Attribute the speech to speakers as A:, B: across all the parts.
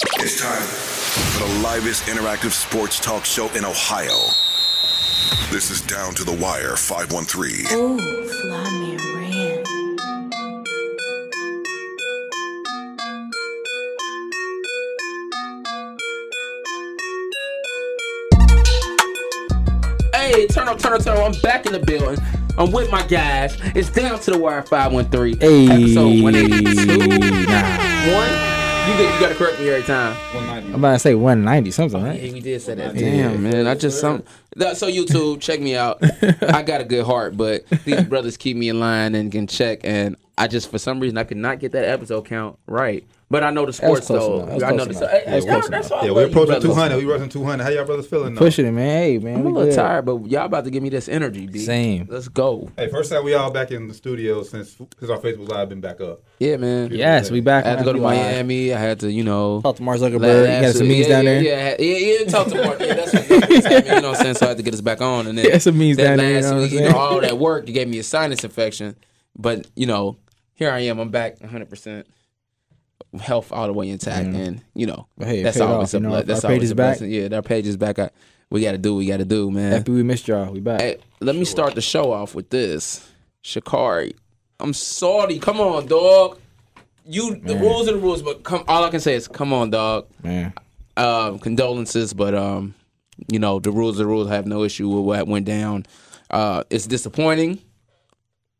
A: It's time for the livest interactive sports talk show in Ohio. This is Down to the Wire 513.
B: Oh, fly me ran.
C: Hey, turn up, turn up, turn up. I'm back in the building. I'm with my guys. It's down to the wire 513.
D: Hey.
C: Episode 182. One.
D: Nah.
C: You, get, you gotta correct me every time.
D: I'm about to say 190 something, right?
C: Hey, we did say that.
D: Yeah.
C: Damn, man. I just some. that- So YouTube, check me out. I got a good heart, but these brothers keep me in line and can check. And I just for some reason I could not get that episode count right. But I know the
D: was
C: sports
D: close
C: though.
D: enough. That was
C: I know
D: close
C: the.
D: enough.
C: Hey,
D: That was
C: y'all-
D: close
C: that's
D: enough.
C: why I
E: Yeah,
C: love
E: we're
C: you
E: approaching
C: brothers.
E: 200. We rushing 200. How y'all brothers feeling? Though?
D: Pushing it, man. Hey, man.
C: I'm
D: we
C: a little
D: good.
C: tired, but y'all about to give me this energy, B.
D: Same.
C: Let's go.
E: Hey, first time we all back in the studio since since our Facebook Live been back up.
C: Yeah, man.
D: Yes, we back.
C: I had to
D: man.
C: go to
D: We live.
C: Miami. I had to, you know.
D: Talk to Mark Zuckerberg.
C: Last-
D: You got some
C: yeah,
D: memes down
C: yeah,
D: there.
C: Yeah, yeah, yeah. Talk to Mark. Yeah, that's what that's what happened, you know what I'm saying. So I had to get us back on, and then
D: Yeah, some memes
C: that
D: down
C: last
D: there, you know what I'm
C: week, you
D: saying?
C: know, all that work, you gave me a sinus infection, but you know, here I am. I'm back 100 percent health all the way intact, and you know,
D: Mm. But hey, it
C: that's
D: paid
C: always
D: off,
C: a
D: you know,
C: ble-
D: our
C: that's
D: page
C: always
D: is
C: a
D: back.
C: blessing. Yeah, that page is back. I, we got to do. what We got to do, man.
D: Happy we missed y'all. We back.
C: Hey, let me start the show off with this. Shakari. I'm sorry. Come on, dog. You the rules are the rules, but come all I can say is come on, dog.
D: Man.
C: Um, condolences, but um, you know, the rules are the rules. I have no issue with what went down. Uh it's disappointing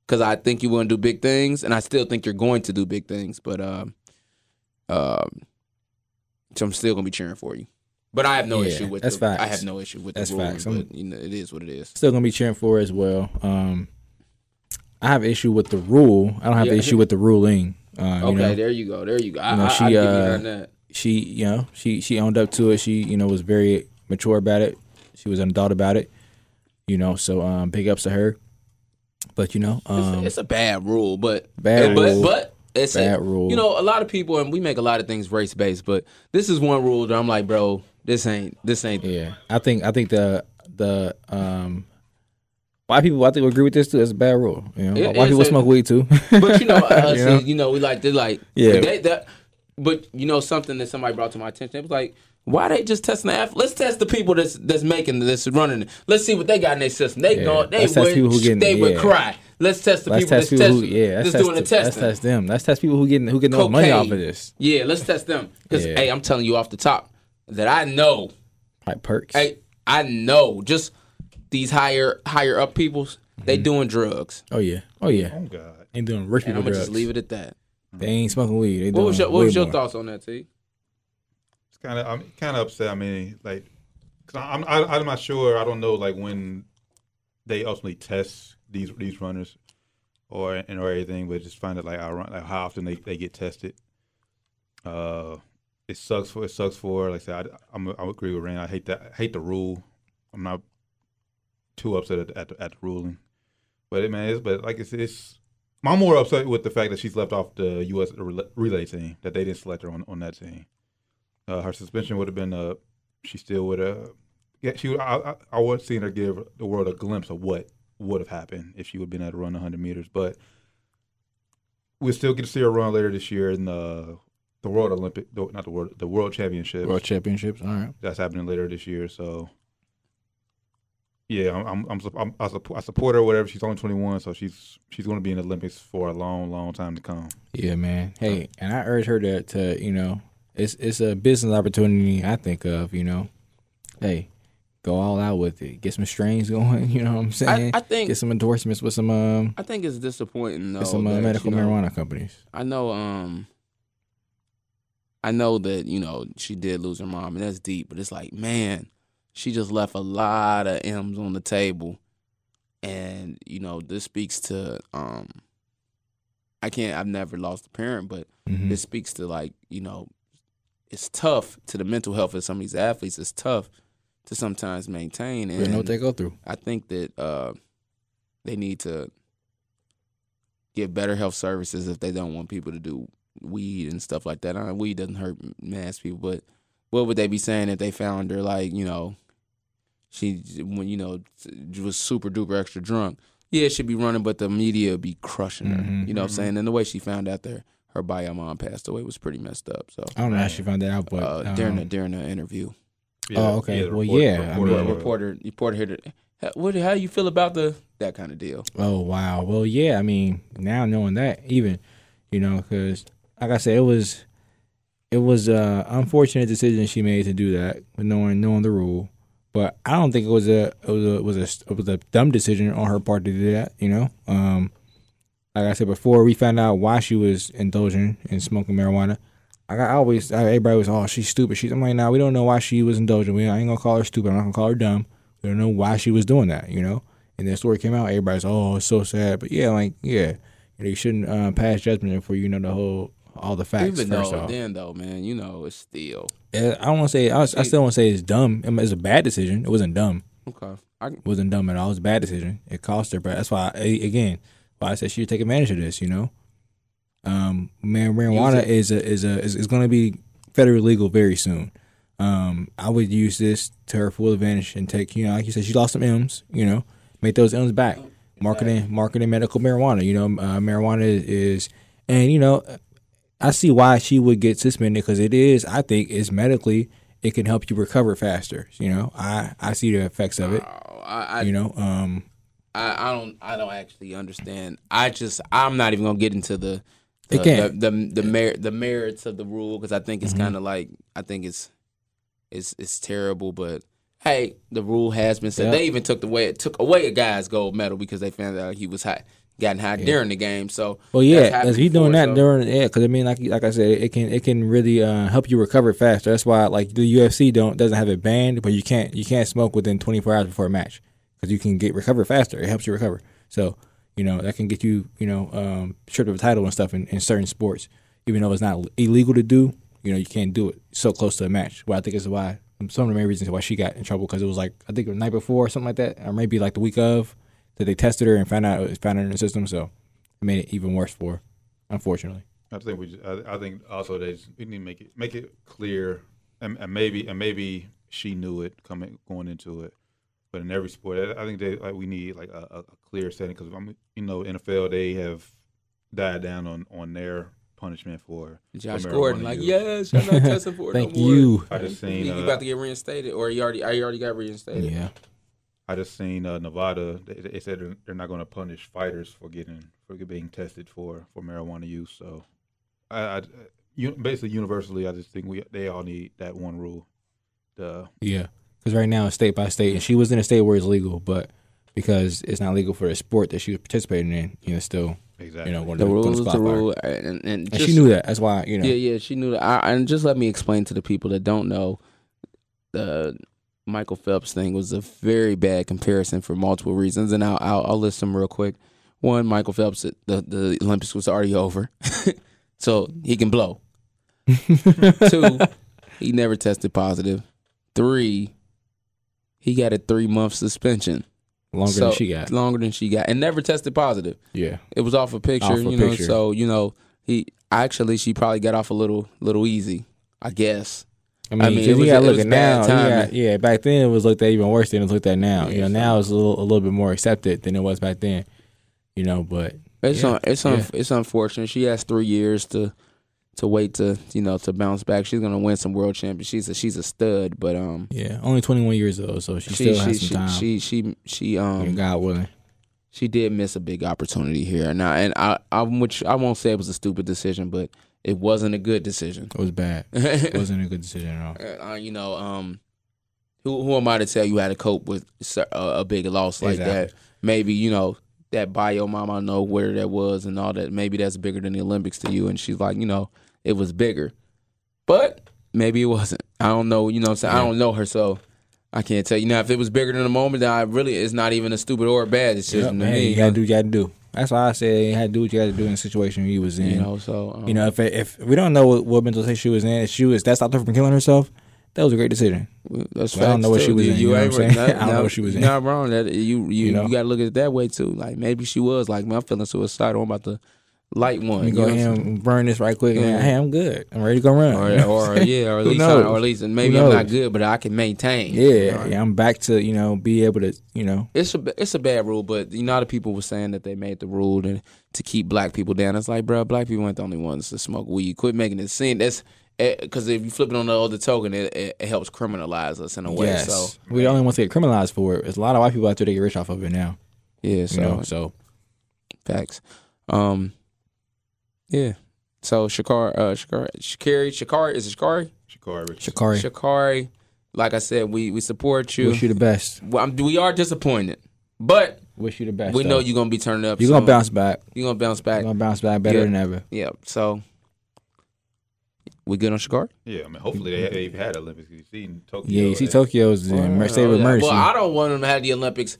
C: because I think you want to do big things, and I still think you're going to do big things, but um um so I'm still gonna be cheering for you. But I have no
D: Yeah,
C: issue with
D: that's
C: the, I
D: facts.
C: have no issue with
D: That's
C: the rules,
D: facts. I'm-
C: but you know, it is what it is.
D: Still gonna be cheering for as well. Um, I have issue with the rule. I don't have
C: Yeah.
D: the issue with the ruling. Uh, you
C: Okay,
D: know,
C: there you go. There you go. I,
D: You know,
C: I,
D: she,
C: I give you
D: uh,
C: her that.
D: she you know she she owned up to it she you know was very mature about it she was an adult about it you know so um big ups to her but you know um
C: It's a bad rule, but
D: Bad
C: but,
D: rule.
C: but it's a,
D: Bad rule.
C: You know, a lot of people and we make a lot of things race based, but this is one rule that I'm like, bro, this ain't this ain't.
D: yeah i think i think the the um white people i think would agree with this too it's a bad rule you know
C: Yeah,
D: white people
C: it's a-
D: smoke weed too
C: But you know, us,
D: You know?
C: you know, we like they like
D: Yeah.
C: They, that, but you know, something that somebody brought to my attention, it was like. Why they just testing the ath- Let's test the people that's that's making this running. it. Let's see what they got in their system. They
D: Yeah.
C: go, they
D: Let's test
C: would,
D: people who getting-
C: they would
D: yeah.
C: cry. Let's test the
D: let's
C: people
D: test
C: that's
D: people who
C: testing-
D: yeah that's,
C: that's
D: test,
C: doing the
D: that's
C: testing.
D: test them let's test people who getting who getting those money off
C: Cocaine.
D: of this
C: Yeah, let's test them. Because
D: Yeah.
C: hey, I'm telling you off the top that I know,
D: like perks
C: hey, I know just these higher higher up peoples, they doing drugs.
D: oh yeah oh yeah
E: Oh God.
D: ain't doing rich
C: And
D: people
C: I'm gonna
D: drugs
C: just leave it at that.
D: they ain't smoking weed they
C: What was
D: doing
C: your what
D: way
C: was your
D: more.
C: thoughts on that, T?
E: It's kind of I'm kind of upset. I mean, like, cause I'm I, I'm not sure. I don't know like when they ultimately test these these runners or and or anything, but just find it like iron- like how often they, they get tested. Uh, it sucks for it sucks for like I said. I, I'm I agree with Rand. I hate that. I hate the rule. I'm not too upset at the, at the, at the ruling, but it man, it's, but like it's it's. I'm more upset with the fact that she's left off the U.S. rela- relay team that they didn't select her on, on that team. Uh, her suspension would have been uh, she still would have. Yeah, she. would- I, I, I was seeing her give the world a glimpse of what would have happened if she would have been able to run 100 meters. But we'll still get to see her run later this year in the the World Olympic, the, not the World, the World Championships.
D: world championships all right
E: That's happening later this year. So yeah, I'm I'm, I'm, sup- I'm I, support, I support her. Whatever. She's only 21, so she's she's going to be in the Olympics for a long, long time to come.
D: Yeah, man.
C: Uh,
D: Hey, and I urge her to, to you know, it's it's a business opportunity. I think of you know, hey, go all out with it. Get some strains going. You know what I'm saying?
C: I think-
D: get some endorsements with some um
C: I think it's disappointing though.
D: with some uh,
C: that,
D: medical
C: you know,
D: marijuana companies.
C: I know um I know that, you know, she did lose her mom and that's deep, but it's like, man, she just left a lot of M's on the table. And, you know, this speaks to um I can't I've never lost a parent, but
D: Mhm.
C: this speaks to like, you know, it's tough to the mental health of some of these athletes. It's tough to sometimes maintain and
D: You know what they go through.
C: I think that uh, they need to get better health services if they don't want people to do weed and stuff like that. I mean, weed doesn't hurt mass people, but what would they be saying if they found her like you know she when you know was super duper extra drunk? Yeah, she'd be running, but the media would be crushing her.
D: Mhm.
C: You know what I'm saying? And the way she found out there, her bio mom passed away was pretty messed up. So
D: I don't know how she found that out, but
C: uh, during the
D: um,
C: during the interview,
D: Oh, okay.
E: the
D: Well,
E: reporter-
D: yeah, I mean-
E: reporter-
C: the reporter reporter here. to- "How- What how you feel about the that kind of deal?
D: Oh wow. Well, yeah. I mean, now knowing that, even you know, because like I said, it was it was a unfortunate decision she made to do that, but knowing knowing the rule. But I don't think it was a it was a, it was a it was a dumb decision on her part to do that. You know, um, like I said before, we found out why she was indulging in smoking marijuana. Like I always, I, everybody was, oh, she's stupid. She's, I'm like, nah, we don't know why she was indulging. We, I ain't gonna call her stupid. I'm not gonna call her dumb. We don't know why she was doing that, you know. And that story came out. Everybody's, oh, it's so sad. But yeah, like, yeah, you, know, you shouldn't uh, pass judgment before you know the whole, all the facts.
C: Even
D: first
C: though
D: off.
C: then though, man, you know it's still
D: Uh, I don't want to say. I, I still want to say it's dumb. I mean, It's a bad decision. It wasn't dumb.
C: okay. I,
D: It wasn't dumb at all. It was a bad decision. It cost her, but that's why I, again, why I said she should take advantage of this. You know, um, man, marijuana is a is a is, is going to be federally legal very soon. Um, I would use this to her full advantage and take you know, like you said, she lost some M's. You know, make those M's back. Marketing, marketing medical marijuana. You know, uh, marijuana is, is, and you know, I see why she would get suspended because it is, I think, is medically it can help you recover faster. You know, I I see the effects of it.
C: oh, I, I
D: You know, um,
C: I, I don't I don't actually understand. I just I'm not even gonna get into the the
D: It can't. Mm-hmm.
C: the, the, the, mer- the merits of the rule because I think it's kind of like I think it's it's it's terrible. But hey, the rule has been said.
D: Yep.
C: They even took the way it took away a guy's gold medal because they found out he was hot, gotten hot during the game. So
D: well,
C: that's
D: yeah,
C: happened
D: if you doing
C: before,
D: that
C: so-
D: during, yeah, because I mean, like like I said, it can it can really uh, help you recover faster. That's why like the UFC don't doesn't have it banned, but you can't you can't smoke within 24 hours before a match because you can get recover faster. It helps you recover. So you know that can get you you know um, stripped of a title and stuff in, in certain sports, even though it's not illegal to do. You know you can't do it so close to a match. Well, I think is why some of the main reasons why she got in trouble because it was like I think the night before or something like that, or maybe like the week of that they tested her and found out found her in the system. So it made it even worse for her, unfortunately.
E: I think we. Just, I, I think also they just, we need to make it make it clear, and, and maybe and maybe she knew it coming going into it, but in every sport, I, I think they like we need like a, a a clear setting because I'm you know NFL they have died down on on their punishment for
C: Josh
E: for marijuana
C: Gordon, like,
E: use.
C: yes, I'm not testing for it
D: Thank
C: no more.
D: you.
E: I just seen
C: you
E: uh,
C: about to get reinstated, or you already? I already got reinstated.
D: Yeah.
E: I just seen uh, Nevada. They, they said they're- they're not going to punish fighters for getting for being tested for for marijuana use. So, I, I you, basically universally, I just think we they all need that one rule. The
D: Yeah. Because right now it's state by state, and she was in a state where it's legal, but because it's not legal for the sport that she was participating in, you know, still,
E: exactly.
D: you know, going
C: The
D: to
C: rule
D: going
C: is
D: to
C: the
D: spot fire.
C: rule, and, and,
D: And
C: just-
D: she knew that. That's why, you know.
C: Yeah, yeah, she knew that. I, and just let me explain to the people that don't know, the Michael Phelps thing was a very bad comparison for multiple reasons, and I'll I'll, I'll list them real quick. One, Michael Phelps, the the Olympics was already over, so he can blow. Two, he never tested positive. Three, he got a three month suspension.
D: Longer
C: So-
D: than she got.
C: Longer than she got, and never tested positive
D: Yeah.
C: it was off a picture,
D: Off a
C: you know.
D: picture.
C: So you know, he actually she probably got off a little little easy, I guess.
D: I mean, 'cause
C: it was-
D: you got to
C: it
D: look
C: was
D: at
C: bad
D: now. you
C: timing.
D: got- yeah, back then it was looked at even worse than it's looked at now.
C: Yeah,
D: you know,
C: so-
D: now it's a little, a little bit more accepted than it was back then. You know, but
C: It's
D: Yeah,
C: un, it's un, it's unfortunate. She has three years to to wait to you know to bounce back. She's gonna win some world champions. She's a, she's a stud, but um,
D: yeah, only 21 years old, so she, still has some
C: she,
D: time.
C: she she she
D: you know,
C: um
D: God willing.
C: she did miss a big opportunity here, and I and I I'm which I won't say it was a stupid decision, but it wasn't a good decision.
D: It was bad. It wasn't a good decision at all.
C: uh, you know, um, who who am I to tell you how to cope with cer- uh, a, a big loss like that?
D: Exactly.
C: Maybe you know that bio mom. I know where that was and all that. Maybe that's bigger than the Olympics to you. And she's like, you know, it was bigger, but maybe it wasn't. I don't know. You know, what I'm saying I don't know her, so I can't tell you. Now, if it was bigger than the moment, then I really it's not even a stupid or a bad decision
D: Yep,
C: to
D: man,
C: me.
D: you gotta do what you gotta do. That's why I said you had to do what you had to do in the situation you was in.
C: you know, so um,
D: You know, if if we don't know what, what mental state she was in, if she was that stopped her from killing herself, that was a great decision.
C: That's
D: I don't
C: facts,
D: know what she
C: too.
D: was in, you know
C: ain't
D: what I'm
C: wrong.
D: saying?
C: No,
D: I don't know
C: no,
D: what she was
C: you're
D: in.
C: Not wrong. That you you, you,
D: know?
C: got to look at it that way too. Like maybe she was like, man, I'm feeling suicidal. I'm about to light one.
D: Let me
C: you
D: go
C: know what I'm
D: ahead and burn this right quick. and
C: Yeah.
D: Hey, I'm good. I'm ready to go run. You
C: saying?
D: know what
C: or,
D: I'm
C: or
D: saying?
C: yeah, or at
D: Who
C: least I-
D: knows?
C: or at least
D: Who
C: maybe I'm not
D: knows?
C: good, but I can maintain.
D: Yeah,
C: Right.
D: yeah, I'm back to you know be able to you know
C: It's a ba- it's a bad rule, but you know how the people were saying that they made the rule to, to keep black people down. It's like, bro, black people ain't the only ones to smoke weed. Quit making it seem that's because if you flip it on the other token, it, it, it helps criminalize us in a way.
D: yes,
C: So
D: we the only ones to get criminalized for it. There's a lot of white people out there that get rich off of it now.
C: yeah,
D: You
C: so
D: know, so
C: Facts. Um, yeah. So Shakar, uh, Shakar, Shakari, Shakari is it Shakari?
E: Shakari. Richardson.
D: Shakari,
C: Shakari. Like I said, we we support you.
D: wish you the best.
C: Well, I'm, we are disappointed, but
D: Wish you the best.
C: we know
D: though.
C: you're gonna be turning up.
D: You're gonna
C: soon.
D: bounce back.
C: You're gonna bounce
D: You're
C: back.
D: gonna bounce back better
C: Yeah.
D: than ever.
C: Yeah. So we good on Shakari?
E: Yeah, I mean, hopefully they they've had Olympics. You see in Tokyo.
D: Yeah, you see
E: they-
D: Tokyo's in Mer- State of
C: Uh, Yeah.
D: Emergency.
C: Well, I don't want them to have the Olympics.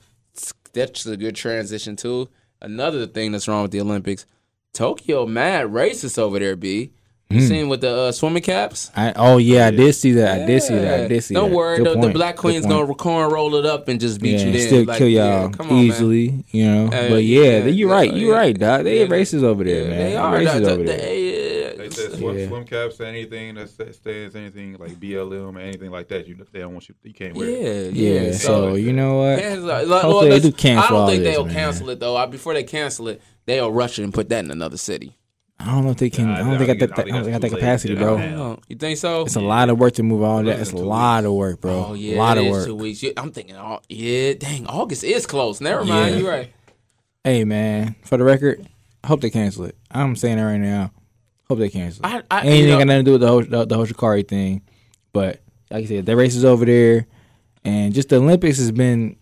C: That's a good transition too. Another thing that's wrong with the Olympics, Tokyo mad racist over there. B, you
D: Hmm.
C: seen with the uh, swimming caps?
D: I, oh yeah, I did see that. I did see that. I did see
C: Don't
D: that.
C: worry,
D: Good
C: the, the
D: point.
C: black
D: Good
C: queen's
D: point.
C: gonna corn roll it up and just beat
D: yeah,
C: you.
D: and
C: Then
D: still
C: Like,
D: kill
C: yeah,
D: y'all
C: come on, man.
D: easily, you know.
C: Hey,
D: but yeah,
C: yeah,
D: th- you're
C: yeah,
D: right. You're
C: yeah.
D: right, Doc. They
C: Yeah,
D: racist over there,
C: Yeah,
D: man.
C: They are
D: racist
C: that-
D: over
C: that-
D: there.
C: they-
E: They said swim,
D: Yeah.
E: swim caps and anything that sa- stands anything like BLM or anything like that. You they don't want you. You can't wear. It.
C: yeah,
D: Yeah,
C: yeah.
D: so you know what?
C: Cancel it. Like,
D: Hopefully
C: well,
D: they do
C: that's- I
D: cancel
C: don't
D: all
C: think
D: this,
C: they'll
D: man.
C: cancel it though. I, before they cancel it, they'll rush it and put that in another city.
D: I don't know if they can.
E: Nah,
D: I don't
E: I
D: think I
E: think
D: got that.
E: it's-
D: I
E: I think
D: don't think I got
E: that's
D: the capacity,
E: too late. Yeah.
D: bro.
E: Yeah.
C: Oh, you think so?
D: It's a lot of work to move all that. It's a
E: Two
D: lot of work, bro.
C: Oh
D: A
C: yeah,
D: lot
C: it
D: of
C: is
D: work.
C: Two weeks. Yeah, I'm thinking, oh, yeah, dang, August is close. Never mind,
D: Yeah.
C: you're right.
D: Hey, man. For the record, I hope they cancel it. I'm saying it right now. Hope they cancel. it.
C: I, I,
D: Anything
C: you know,
D: got nothing to do with the whole the, the whole Shikari thing, but like I said, the race is over there, and just the Olympics has been.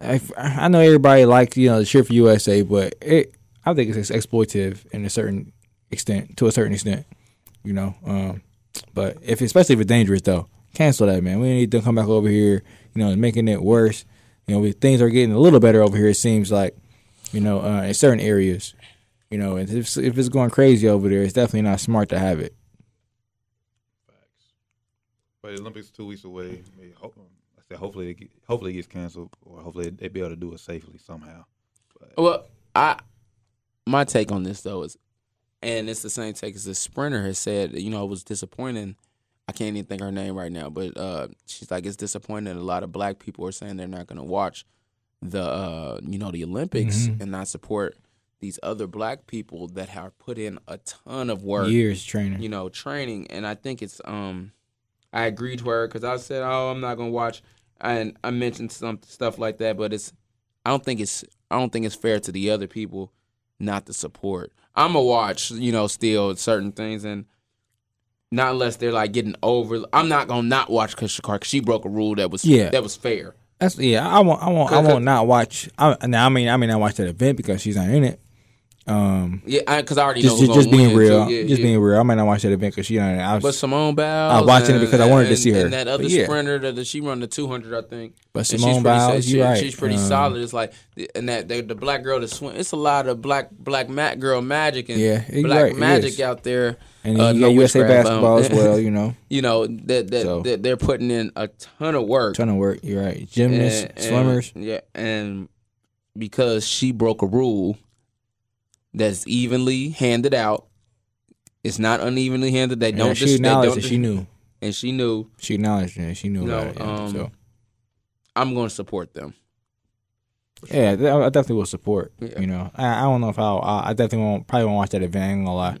D: I, I know everybody likes you know the cheer for USA, but it I think it's exploitive in a certain extent to a certain extent, you know. Um, but if especially if it's dangerous though, cancel that man. We need to come back over here, you know, making it worse. You know, we, things are getting a little better over here. It seems like, you know, uh, in certain areas, you know, and if if it's going crazy over there, it's definitely not smart to have it.
E: But the Olympics two weeks away. I, mean, hope, I said hopefully they get, hopefully it gets canceled or hopefully they be able to do it safely somehow.
C: well, I my take on this though is, and it's the same take as the sprinter has said. You know, it was disappointing. I can't even think her name right now, but uh, she's like, it's disappointing. A lot of black people are saying they're not going to watch the uh, you know the Olympics and not support these other black people that have put in a ton of work.
D: Years training.
C: you know, training. And I think it's um, I agreed to her because I said, oh, I'm not gonna watch, and I mentioned some stuff like that. But it's, I don't think it's, I don't think it's fair to the other people not to support. I'm gonna watch, you know, still certain things and. Not unless they're like getting over. I'm not gonna not watch Kush Shakar 'cause she broke a rule that was
D: Yeah.
C: that was fair.
D: That's yeah. I won't. I won't. I
C: Cause-
D: won't not watch. I now. I mean. I mean. I watch that event because she's not in it. Um.
C: Yeah, because I, already
D: Just,
C: know
D: just,
C: who's
D: just
C: gonna
D: being
C: win, too.
D: real,
C: Yeah,
D: just
C: yeah.
D: being real. I might not watch that event because she not. in it. I was,
C: But Simone Biles.
D: was watching it
C: and-
D: because I wanted to
C: and-
D: see her.
C: And that other
D: But yeah.
C: sprinter that, that she run the 200, I think.
D: But
C: And
D: Simone
C: pretty sa-
D: Biles,
C: she-
D: you're right.
C: She's pretty
D: Um,
C: solid. It's like, and that they, the black girl that swim. It's a lot of black black mat girl magic and
D: Yeah, you're
C: black
D: right, it
C: magic
D: is.
C: out there.
D: and
C: uh,
D: then you
C: no
D: got USA
C: witchcraft,
D: basketball
C: um,
D: as well. You know,
C: You know that that,
D: So.
C: that they're putting in a ton of work.
D: trying to work. You're right. Gymnasts,
C: And- and-
D: swimmers.
C: Yeah, and because she broke a rule that's evenly handed out. It's not unevenly handed. They
D: Don't
C: don't.
D: she
C: dis- they
D: acknowledged
C: don't
D: that she
C: dis-
D: knew.
C: and she knew.
D: She acknowledged that she knew.
C: No,
D: about it, yeah,
C: um,
D: so
C: I'm going to support them.
D: yeah, th- I definitely will support.
C: Yeah.
D: You know, I, I don't know if I'll. I, I definitely won't. Probably won't watch that event. I ain't gonna lie.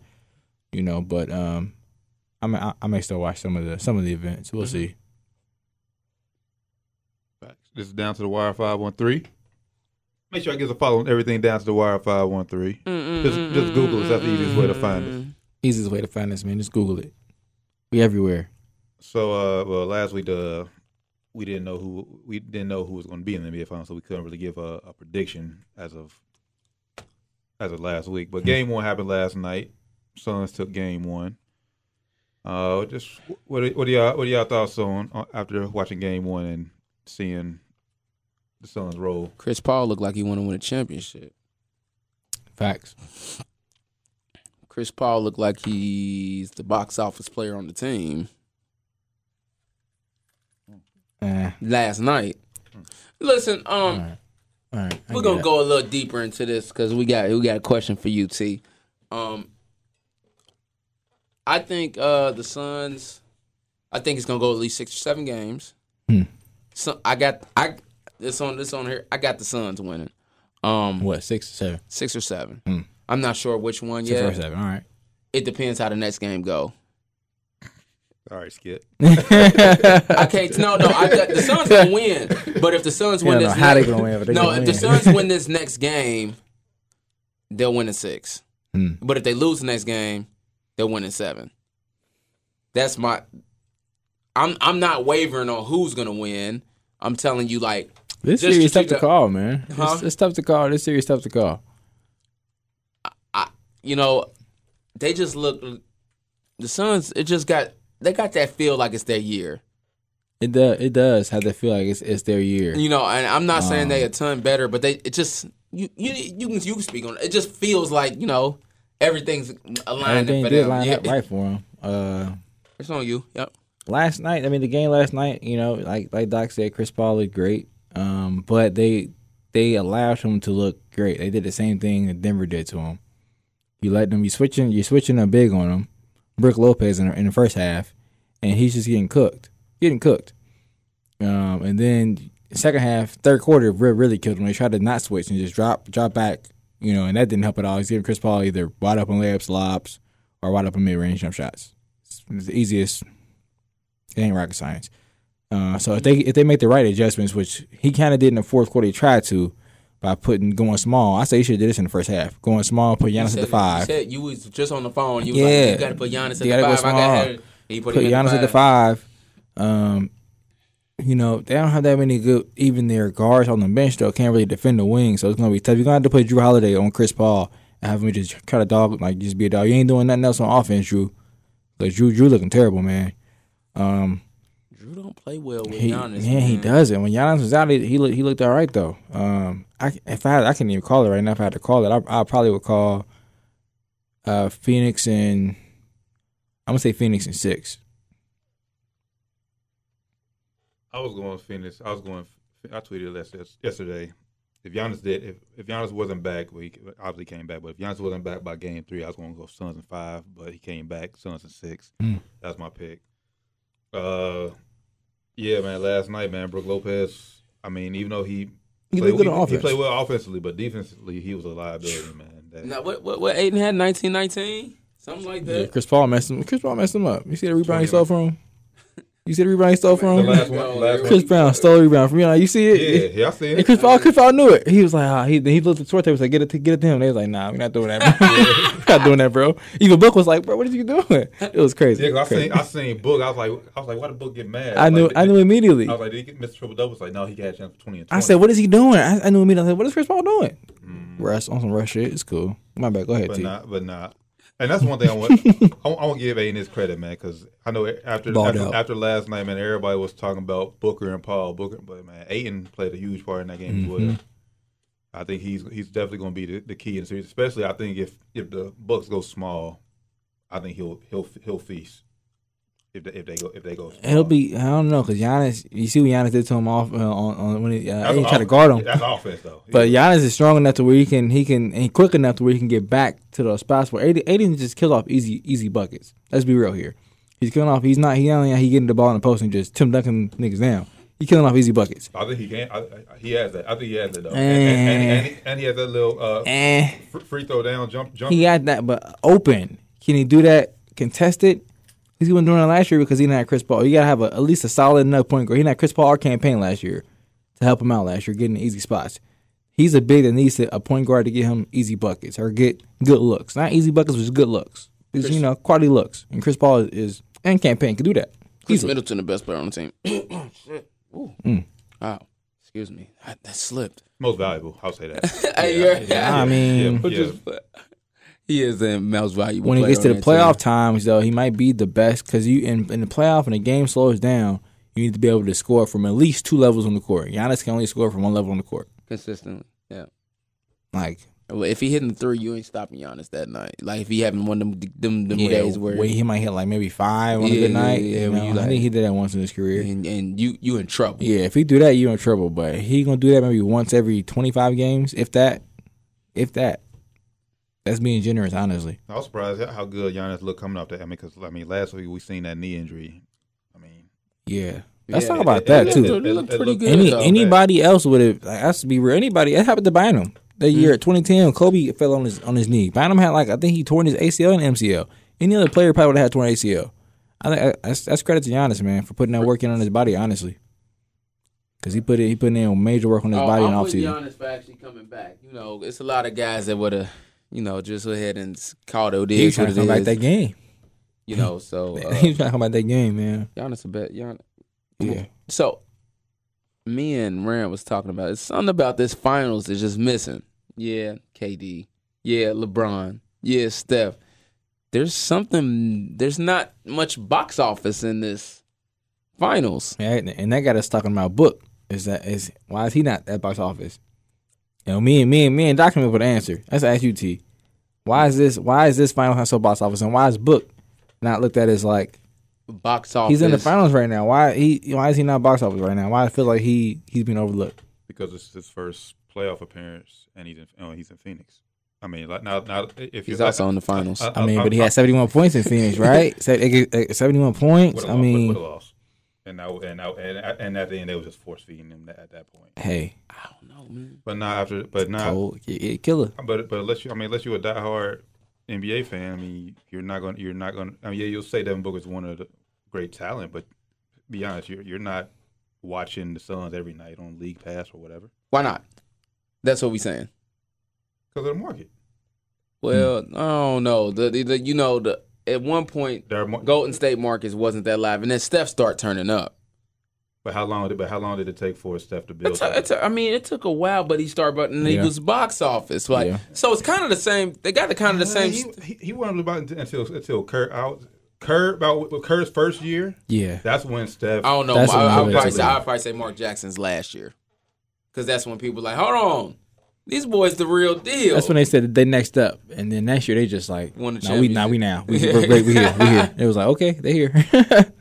D: You know, but um, I may, I, I may still watch some of the some of the events.
C: Mm-hmm.
D: We'll see.
E: Facts. This is down to the wire five one three. Make sure I get a follow on everything down to the wire five one three.
C: Mm,
E: Just just Google us. That's the easiest way to find us.
D: Easiest way to find us, man. Just Google it. We everywhere.
E: So uh, well, last week uh, we didn't know who we didn't know who was going to be in the NBA finals, so we couldn't really give a, a prediction as of as of last week. But game one happened last night. Suns took game one. Uh, just what are, what are y'all what are y'all thoughts on, on after watching game one and seeing the Suns roll?
C: Chris Paul looked like he want to win a championship.
D: Facts.
C: Chris Paul looked like he's the box office player on the team
D: Eh,
C: last night. Listen, um,
D: all right. I
C: we're
D: get
C: gonna
D: it.
C: go a little deeper into this because we got we got a question for you, T. Um, I think uh, the Suns. I think it's gonna go at least six or seven games.
D: Hmm.
C: So I got I this on this on here. I got the Suns winning. Um,
D: What six or seven?
C: six or seven.
D: Hmm.
C: I'm not sure which one
D: Six
C: yet.
D: or seven. All right.
C: It depends how the next game go.
E: All right, skip.
C: I can't. No, no. I, the Suns gonna win, but if the Suns win
D: Yeah,
C: this,
D: I don't know how they
C: next-
D: gonna win, but they
C: no,
D: gonna
C: if the
D: win.
C: Suns win this next game, they'll win in six.
D: Hmm.
C: But if they lose the next game, they'll win in seven. That's my. I'm I'm not wavering on who's gonna win. I'm telling you, like
D: This
C: Just
D: series
C: to
D: tough
C: keep
D: to
C: the-
D: call, man.
C: Huh?
D: It's, it's tough to call. This series tough to call.
C: you know, they just look. The Suns, it just got they got that feel like it's their year.
D: It does. It does have to feel like it's it's their year.
C: You know, and I'm not saying
D: Um,
C: they a ton better, but they it just you you you can you can speak on it. It just feels like you know everything's aligned
D: Everything
C: for
D: did
C: them.
D: line
C: yeah,
D: up right for them. Uh,
C: It's on you. Yep.
D: last night, I mean, the game last night, you know, like like Doc said, Chris Paul looked great, um, but they they allowed him to look great. They did the same thing that Denver did to him. You let them, you switching, you switching them big on him. Brooke Lopez in the, in the first half, and he's just getting cooked, getting cooked. Um, and then second half, third quarter re- really killed him. They tried to not switch and just drop drop back, you know, and that didn't help at all. He's giving Chris Paul either wide open layups, lobs, or wide open mid range jump shots. It's the easiest it ain't rocket science. Uh, so if they if they make the right adjustments, which he kind of did in the fourth quarter, he tried to by putting going small. I say he should have did this in the first half. Going small, put
C: You
D: Giannis
C: said-
D: at the
C: You
D: five.
C: said you was just on the phone. You was
D: Yeah.
C: like, you got to put Giannis at
D: You
C: the
D: gotta go
C: five. I got
D: small.
C: and he put,
D: Put
C: him
D: Giannis at the five. Um, you know they don't have that many good even their guards on the bench though. Can't really defend the wing, so it's gonna be tough. You're gonna have to play Drew Holiday on Chris Paul and have him just kind of dog like just be a dog. You ain't doing nothing else on offense, Drew. Cause Drew Drew looking terrible, man. Um,
C: Drew don't play well with
D: He,
C: Giannis.
D: yeah, he
C: man.
D: doesn't. When Giannis was out, he he looked, he looked all right though. Um, I if I had, I can even call it right now. If I had to call it, I, I probably would call uh Phoenix and I'm gonna say Phoenix and six.
E: I was going to finish. I was going. I tweeted this yes- yesterday. If Giannis did, if, if Giannis wasn't back, well, he obviously came back. But if Giannis wasn't back by game three, I was going to go Suns and five. But he came back Suns and six.
D: Mm.
E: That's my pick. Uh, yeah, man. Last night, man, Brooke Lopez. I mean, even though he
D: He
E: played,
D: looked good
E: he,
D: on
E: he
D: offense.
E: played well offensively, but defensively, he was a liability, man. That-
C: Now, what what what Aiden had 19, 19? something like
D: Yeah,
C: that.
D: Chris Paul messed him. Chris Paul messed him up. You see the rebound he stole from him. You see the rebound he stole
E: the
D: from him.
E: last one,
C: No,
E: last
D: Chris
E: one.
D: Brown stole the rebound from you. You see
E: Yeah,
D: it.
E: yeah, I see
D: And
E: it.
D: Chris Paul, Chris Paul knew it. He was like, ah, he he looked at Torte was like, get it, to, get it to him. They was like, nah, we're not doing that. Bro. we're not doing that, bro. Even Book was like, bro, what are you doing? It was crazy.
E: Yeah, 'cause I
D: Crazy.
E: seen, I seen Book. I was like, I was like, why did Book get mad?
D: I knew
E: Like,
D: I knew immediately.
E: I was like, did he get Mr. Triple Double? Was like, no, he got a chance for twenty and twenty.
D: I said, "What is he doing?" I, I knew immediately. I said, "What is Chris Paul doing?" Russ on some rush shit. It's cool. My bad. Go ahead,
E: Mm. but
D: T.
E: not, but not. And that's one thing I want. I, want- I want to give Aiden his credit, man, because I know after
D: Balled
E: after,
D: out.
E: after last night, man, everybody was talking about Booker and Paul Booker, but man, Aiden played a huge part in that game as
D: Mm-hmm.
E: well. I think he's he's definitely going to be the, the key in the series, especially I think if if the Bucks go small, I think he'll he'll he'll feast if they, if they go if they go. Small.
D: It'll be. I don't know because Giannis. You see what Giannis did to him off uh, on, on when he, uh,
E: That's
D: he tried to
E: off-
D: guard him.
E: That's offense though.
D: But Giannis is strong enough to where he can he can and quick enough to where he can get back to those spots where Aiden, Aiden just kills off easy easy buckets. Let's be real here. He's killing off. He's not. He not only he getting the ball in the post and just Tim Duncan niggas down. He killing off easy buckets.
E: I think he can. I, I- he has that. I think he has it though, and, and, and, and, he, and he has that little uh,
D: Eh.
E: fr- free throw down jump jump.
D: He got that, but open. Can he do that contested? Because he wasn't doing it last year because he didn't have Chris Paul. You gotta have a, at least a solid enough point guard. He didn't have Chris Paul or campaign last year to help him out last year, getting the easy spots. He's a big that needs to, a point guard to get him easy buckets or get good looks. Not easy buckets, but just good looks. It's, you know, quality looks. And Chris Paul is, and campaign can do that.
C: Chris
D: easily.
C: Middleton, the best player on the team. Oh, Shit. Ooh.
D: Mm.
C: Wow. Excuse me. I, that slipped.
E: Most valuable, I'll say that.
C: Hey, you're- yeah.
D: I mean,
E: yeah,
C: Which
E: yeah.
C: is- he is the most valuable.
D: when he
C: player
D: gets to
C: on
D: the
C: that team.
D: playoff times though, he might be the best because you in, in the playoff and the game slows down, you need to be able to score from at least two levels on the court. Giannis can only score from one level on the court.
C: consistently. Yeah.
D: Like
C: Well, if he hitting the three, you ain't stopping Giannis that night. Like if he having one of them them, them
D: yeah,
C: days where
D: wait, he might hit like maybe five on a
C: Yeah,
D: good night.
C: yeah,
D: you
C: when
D: know?
C: you like-
D: I think he did that once in his career.
C: and, and you you in trouble.
D: Yeah, if he do that, you in trouble. But he gonna do that maybe once every twenty five games, if that, if that. that's being generous, honestly.
E: I was surprised at how good Giannis looked coming off that. I mean, because I mean, last week we seen that knee injury. I mean,
D: Yeah, let's
C: Yeah,
D: talk
C: it-
D: about
E: it-
D: that
E: it-
D: too.
E: it-
C: It looked pretty good.
D: Any
C: though.
D: anybody else would have like that's to be real. Anybody that happened to Bynum that
C: Mm-hmm.
D: year, 2010, Kobe fell on his on his knee. Bynum had like I think he torn his ACL and MCL. Any other player probably would have had torn ACL. I think I- that's, that's credit to Giannis man for putting that work in on his body, honestly. Because he put it, he put in major work on his
C: Oh,
D: body in
C: I'm
D: off
C: with
D: season.
C: Giannis for actually coming back. You know, it's a lot of guys that would have, you know, just went ahead and s- called it what it
D: He was
C: is.
D: trying
C: What
D: to
C: it
D: come back
C: is
D: that game.
C: you know, so uh,
D: he was trying to come back that game, man.
C: Giannis a bet. Gian-
D: Yeah,
C: So, me and Ram was talking about it's something about this finals is just missing. Yeah, KD. Yeah, LeBron. Yeah, Steph. There's something. There's not much box office in this finals.
D: and and that got us talking about book. Is that is why is he not at box office? You know, me and me and me and Doc can be able to answer. That's ask you T. Why is this? Why is this final so box office? And why is book not looked at as like
C: Box office.
D: he's in the finals right now? Why he? Why is he not box office right now? Why I feel like he he's being overlooked?
E: because it's his first playoff appearance, and he's in, oh, he's in Phoenix. I mean, like now, now if
C: He's
E: you-
C: also in the finals.
D: I mean, but he had seventy one points in Phoenix, right? seventy one points.
E: What a
D: I
E: loss,
D: mean,
E: what a loss. And now, and now, and, and at the end, they was just force feeding him at that point.
D: hey,
C: I don't know, man.
E: But not after, but not,
D: cold, yeah, yeah, killer.
E: but but unless you, I mean, unless you're a diehard NBA fan, I mean, you're not gonna, you're not gonna. I mean, yeah, you'll say Devin Booker's one of the great talent, but be honest, you're you're not watching the Suns every night on League Pass or whatever
C: Why not? That's what we saying.
E: because of the market.
D: Hmm.
C: Well, I don't know. The, the, the you know the at one point
E: There are more,
C: Golden State Marcus wasn't that live, and then Steph start turning up.
E: But how long? Did, but how long did it take for Steph to build?
C: It's a,
E: that?
C: it's a, I mean, it took a while, but he started, but and he
D: Yeah.
C: was box office. Like,
D: Yeah.
C: so it's kind of the same. They got the kind of the same.
E: He, he, he wasn't about until until Kerr out. Kerr about with Kerr's first year.
D: Yeah,
E: That's when Steph.
C: I don't know. I,
D: That's what
C: I,
D: I'm
C: would
D: saying.
C: probably say, I would probably say Mark Jackson's last year, because that's when people like, hold on, these boys the real deal.
D: That's when they said that they next up, and then next year they just like,
C: Won the
D: nah, we now we now we we're, great, we here we here. It was like okay, they here.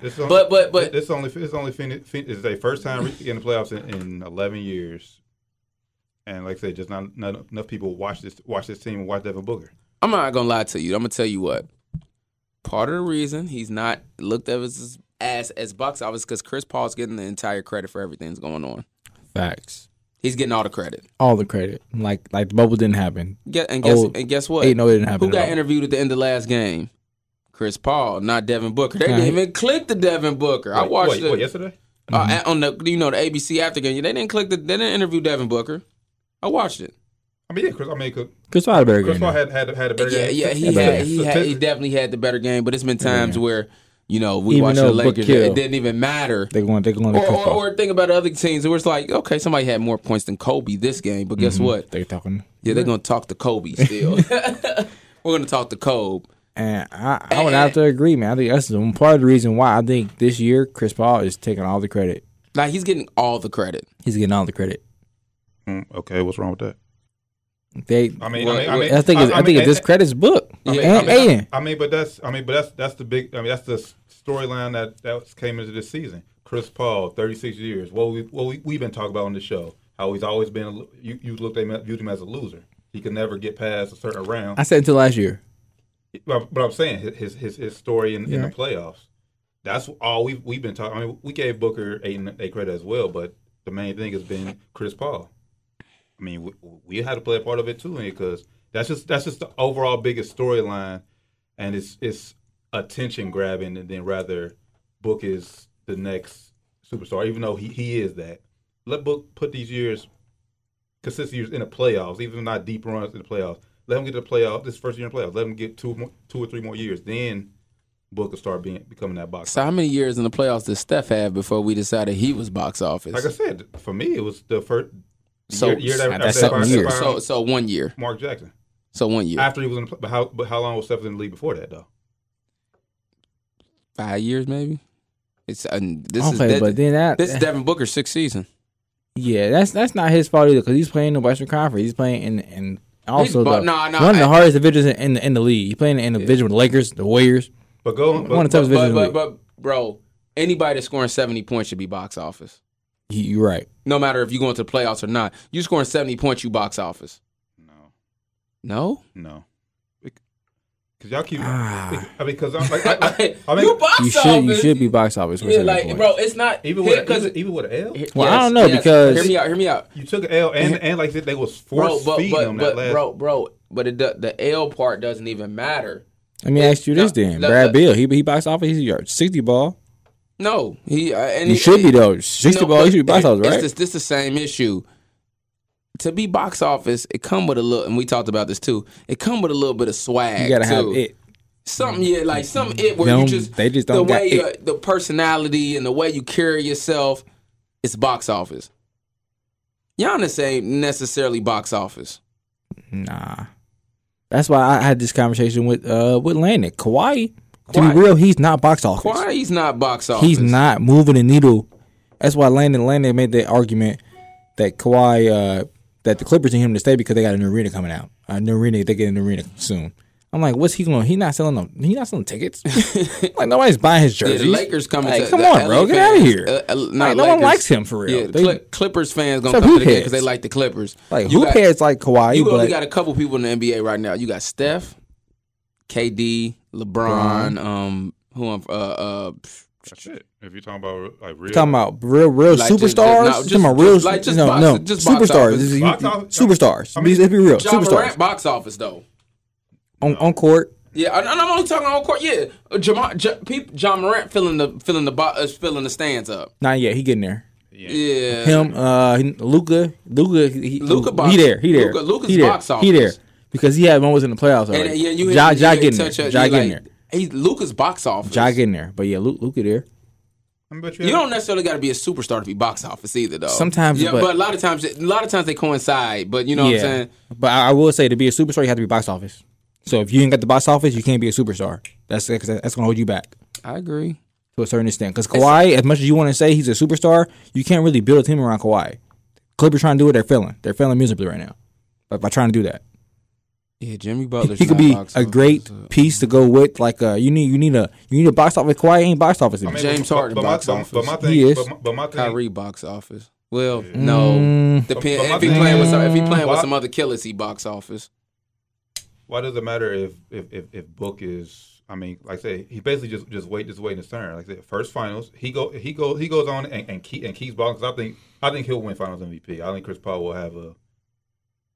E: This on-
C: But- but- but-
E: this only it's only Phoenix, Phoenix is their first time re- in the playoffs in, in eleven years, and like I said, just not, not enough people watch this watch this team and watch Devin Booker.
C: I'm not gonna lie to you. I'm gonna tell you what. Part of the reason he's not looked at as as, as box office because Chris Paul's getting the entire credit for everything that's going on.
D: Facts,
C: He's getting all the credit.
D: all the credit. Like like the bubble didn't happen.
C: Get, and guess
D: Oh,
C: and guess what?
D: Ain't no it didn't happen.
C: Who
D: at
C: got
D: all.
C: interviewed at the end of last game? Chris Paul, not Devin Booker. They
D: Right.
C: didn't even click the Devin Booker. I
E: Wait,
C: watched
E: wait,
C: the,
E: wait, yesterday.
C: uh,
D: Mm-hmm.
C: at- on the you know the ABC after game. They didn't click the. They didn't interview Devin Booker. I watched it.
E: I mean, yeah, Chris. I mean, Chris,
D: Chris Paul had a better
E: Chris
D: game
E: Paul
D: though.
E: had had had a better
C: Yeah,
E: game.
C: yeah, he
D: That's
C: had
D: better.
C: he had he definitely had the better game. But it's been times where you know we
D: Even
C: watched the
D: though Booker
C: Lakers. It
D: killed.
C: didn't even matter.
D: They going they going to
C: Or,
D: Chris
C: or,
D: Paul.
C: or think about other teams. It was like okay, somebody had more points than Kobe this game. But guess what?
D: They talking.
C: Yeah, they're gonna talk to Kobe still. We're gonna talk to Kobe.
D: And I, I would have to agree, man. I think that's the one part of the reason why I think this year Chris Paul is taking all the credit.
C: Like he's getting all the credit.
D: He's getting all the credit.
E: Mm, okay, what's wrong with that?
D: They,
E: I mean,
C: Well,
E: I mean, I mean,
D: I think, it's, I, think
E: mean,
D: it's this credit's book.
C: I mean,
D: and
C: I
E: I
C: mean,
D: and
E: I mean, but that's I mean, but that's that's the big. I mean, that's the s- storyline that that was- came into this season. Chris Paul, thirty six years. What we what we we have been talking about on the show. How he's always been. a lo- You you looked at him, viewed him as a loser. He could never get past a certain round.
D: I said until last year.
E: but, but I'm saying his his his, his story in, in the playoffs. That's all we've we've been talking. I mean, we gave Booker eight and eight credit as well, but the main thing has been Chris Paul. I mean, we, we had to play a part of it too, because that's just that's just the overall biggest storyline, and it's it's attention grabbing, and then rather Book is the next superstar, even though he, he is that. Let Book put these years, consistent years in the playoffs, even not deep runs in the playoffs. Let him get to the playoffs. This first year in the playoffs. Let him get two more, two or three more years. Then Book will start being becoming that box.
C: So how many years in the playoffs did Steph have before we decided he was box office?
E: Like I said, for me, it was the first
C: so
E: year, year that,
D: that's
E: that
D: something
E: fired-
D: years.
E: fired
C: so so one year.
E: Mark Jackson.
C: So one year.
E: After he was in, the, pl- but how but how long was Steph in the league before that though?
C: Five years maybe. It's and this is
D: Okay,
C: that-
D: but then that
C: this is Devin Booker's sixth season.
D: Yeah, that's that's not his fault either because he's playing in the Western Conference. He's playing in and also
C: but-
D: the-
C: nah, nah,
D: one of the
C: I-
D: hardest divisions in, in the in the league. He's playing in the division with the Lakers, the Warriors,
E: But go
D: one
E: but,
D: of the toughest
C: But,
D: divisions. in the
C: but
D: league.
C: but bro, anybody that's scoring seventy points should be box office.
D: He- You're right.
C: No matter if you go into the playoffs or not, you scoring seventy points, you box office.
E: no
C: No,
E: no Because y'all keep.
D: Ah.
E: I mean, because I'm like, I, I, I mean,
C: you box
D: You
C: office.
D: should you should be box office.
C: Yeah, like bro, it's not
E: even with
C: because.
E: even, even with an L,
D: Well, I don't know, because-
C: hear me out. Hear me out.
E: you took an L, and and like they was
C: bro,
E: force
C: but
E: feeding
C: but,
E: them
C: but
E: that last.
C: bro, bro, but it, do- the L part doesn't even matter.
D: Let me ask you this
C: No,
D: then,
C: no,
D: Brad
C: no.
D: Bill. He he box office. He's your sixty ball.
C: No, he uh, and
D: You
C: he-
D: should be though. Sixty
C: No,
D: ball.
C: but
D: You should be box
C: it-
D: office,
C: it's
D: right?
C: This, this the same issue. To be box office, it come with a little, and we talked about this too. It come with a little bit of swag.
D: you gotta have
C: too.
D: it.
C: Something, yeah, like something it where
D: Them-
C: you just
D: they just
C: the
D: don't got
C: way
D: it.
C: uh, the personality and the way you carry yourself. It's box office. Giannis ain't necessarily box office.
D: Nah. That's why I had this conversation with uh with Landon. Kawhi, to
C: Kawhi.
D: be real, he's not box office.
C: Kawhi's not box office.
D: He's not moving the needle. That's why Landon Landon made the argument that Kawhi uh that the Clippers need him to stay because they got a new arena coming out. A new arena, they get an arena soon. I'm like, what's he going? He not selling them. He not selling tickets. like nobody's buying his
C: Yeah,
D: jerseys.
C: the Lakers coming.
D: Like,
C: to,
D: come
C: the
D: on,
C: LA
D: bro, get
C: fans,
D: out of here.
C: uh, uh, nah,
D: like, no one
C: Lakers-
D: likes him for real.
C: Yeah,
D: They-
C: Cli- Clippers fans gonna
D: Except
C: come to
D: who
C: the game because they
D: cares?
C: like the Clippers.
D: like
C: You
D: who
C: got-
D: cares? Like Kawhi,
C: You
D: but
C: only got a couple people in the NBA right now. You got Steph, KD, LeBron. Um, who I'm uh uh.
E: That's it. If you're talking about like real,
D: talking about real, real
C: Like, just-
D: superstars.
C: just- no,
D: talking about
C: just-
D: real,
C: just- like, just
D: no,
C: box-
D: no,
C: just box
D: superstars.
C: office.
D: This is- you-
E: Box
D: you-
E: office?
D: superstars.
E: I mean-
D: let's be real,
C: John
D: superstars
C: Morant box office though.
D: on, on court.
C: Yeah, and and I'm only talking on court. Yeah, Uh, Jama, J, peop, John Morant filling the filling the bo- uh, filling the stands up.
D: Not yet. He getting there.
C: Yeah,
D: Him, uh, Luca, Luca, he,
C: Luca
D: he,
C: box-
D: there, he there,
C: Luca- Luca's
D: he there,
C: box
D: he there,
C: office.
D: because he had moments in the playoffs
C: and
D: already.
C: uh, yeah, you
D: ja,
C: hit,
D: ja
C: you hit
D: getting there,
C: touch up,
D: ja
C: you
D: getting
C: like,
D: there,
C: He's Luca's box office.
D: ja getting there. But yeah, Luca, Luca there.
E: I mean, but
C: You don't necessarily got to be a superstar to be box office either, though.
D: Sometimes,
C: yeah,
D: but-
C: but, a lot of times, a lot of times they coincide. But you know what I'm
D: yeah,
C: saying?
D: but I, I will say to be a superstar, you have to be box office. So if you ain't got the box office, you can't be a superstar. That's that's gonna hold you back.
C: I agree.
D: to a certain extent. Because Kawhi, as much as you want to say he's a superstar, you can't really build a team around Kawhi. Clippers trying to do it, they're failing. They're failing musically right now by, by trying to do that.
C: Yeah, Jimmy Butler.
D: He could be a great
C: uh,
D: piece to go with. Like uh, you need, you need a, you need a box office. Kawhi ain't box office.
E: I mean,
C: James
E: but-
C: Harden
E: but,
C: box
E: my, But, my
C: office.
E: thing,
D: He is.
E: But my, but my thing,
C: Kyrie box office. Well, no,
D: Mm.
C: depend
E: But- but my
C: if he
E: thing
C: playing with
E: is-
C: some, if he playing with
E: Why-
C: some other killers, he box office.
E: why does it matter if if, if if Book is? I mean, like I say, he basically just just wait, just waiting his turn. Like I said, first finals, he go he go he goes on and and, keep, and keeps balling. 'cause I think I think he'll win Finals MVP. I think Chris Paul will have a.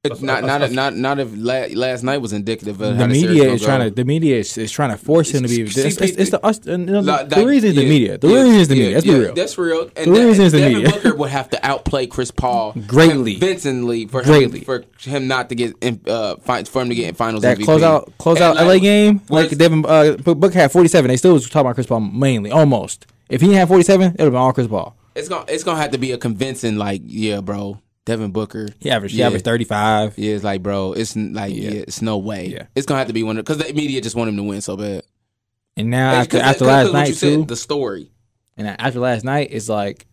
C: It's not not if- not not if la- last night was indicative of
D: the
C: how
D: media is trying
C: to.
D: to. The media is, is trying to force him to be. It's,
C: See,
D: it's, it's the us. uh, no,
C: Like,
D: the
C: like,
D: reason is the
C: yeah,
D: media. The
C: yeah,
D: reason is the
C: yeah,
D: media. Let's
C: yeah,
D: be real.
C: That's real.
D: The
C: that-
D: reason is the
C: Devin
D: media.
C: Booker would have to outplay Chris Paul
D: Greatly.
C: convincingly, for
D: Greatly.
C: him, for him not to get in, uh fi- for him to get in finals
D: That
C: MVP.
D: close out, close out
C: And,
D: LA game, like
C: where's-
D: Devin uh, Book had forty seven. They still was talking about Chris Paul mainly, almost. If he had forty seven, it would have been all Chris Paul.
C: It's gonna it's gonna have to be a convincing like yeah, bro. Devin Booker.
D: He averaged, he
C: Yeah.
D: averaged thirty five.
C: Yeah, it's like bro, it's n- like yeah, it's no way.
D: Yeah.
C: It's gonna have to be one because the media just want him to win so bad.
D: And now after
C: 'Cause-
D: after
C: 'cause
D: last
C: what you
D: night
C: said,
D: too,
C: the story.
D: and after last night, it's like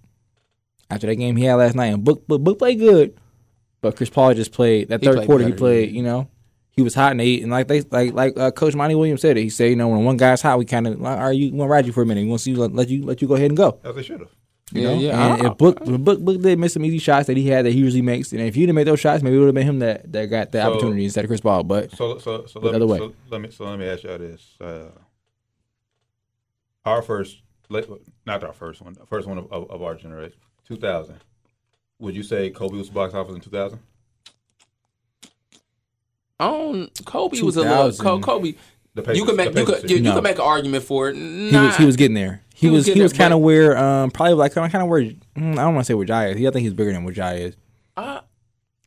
D: after that game he had last night, and Book Book, Book played good, but Chris Paul just played that
C: He
D: third
C: played
D: quarter. he
C: better,
D: played, you know, he was hot and eight, and like they like like uh, Coach Monty Williams said it. He said, you know, when one guy's hot, we kind of like, all right, you want to ride you for a minute. We want to see you let, let you let you go ahead and go.
E: As they should have.
D: You
C: yeah,
D: know?
C: yeah.
D: And, and Book, Book Book did miss some easy shots that he had that he usually makes, and if you didn't make those shots, maybe it would have been him that that got the
E: So-
D: opportunity instead of Chris Paul. But
E: So so so
D: But
E: let,
D: other
E: me,
D: way.
E: so let me so let me ask y'all this. Uh, our first, let- not our first one, first one of, of, of our generation, two thousand. Would you say Kobe was box office in two thousand?
C: I don't. Kobe was a little.
D: 2000.
C: Co- Kobe.
E: The
C: You can make you could you, you
D: No.
C: could make an argument for it. Nah,
D: he was he was getting there. He,
C: He was
D: was, he
C: getting
D: was
C: there,
D: kind of
C: but-
D: where um probably like kind of where mm, I don't want to say where Jai is. He, I think he's bigger than what Jai is.
C: Uh,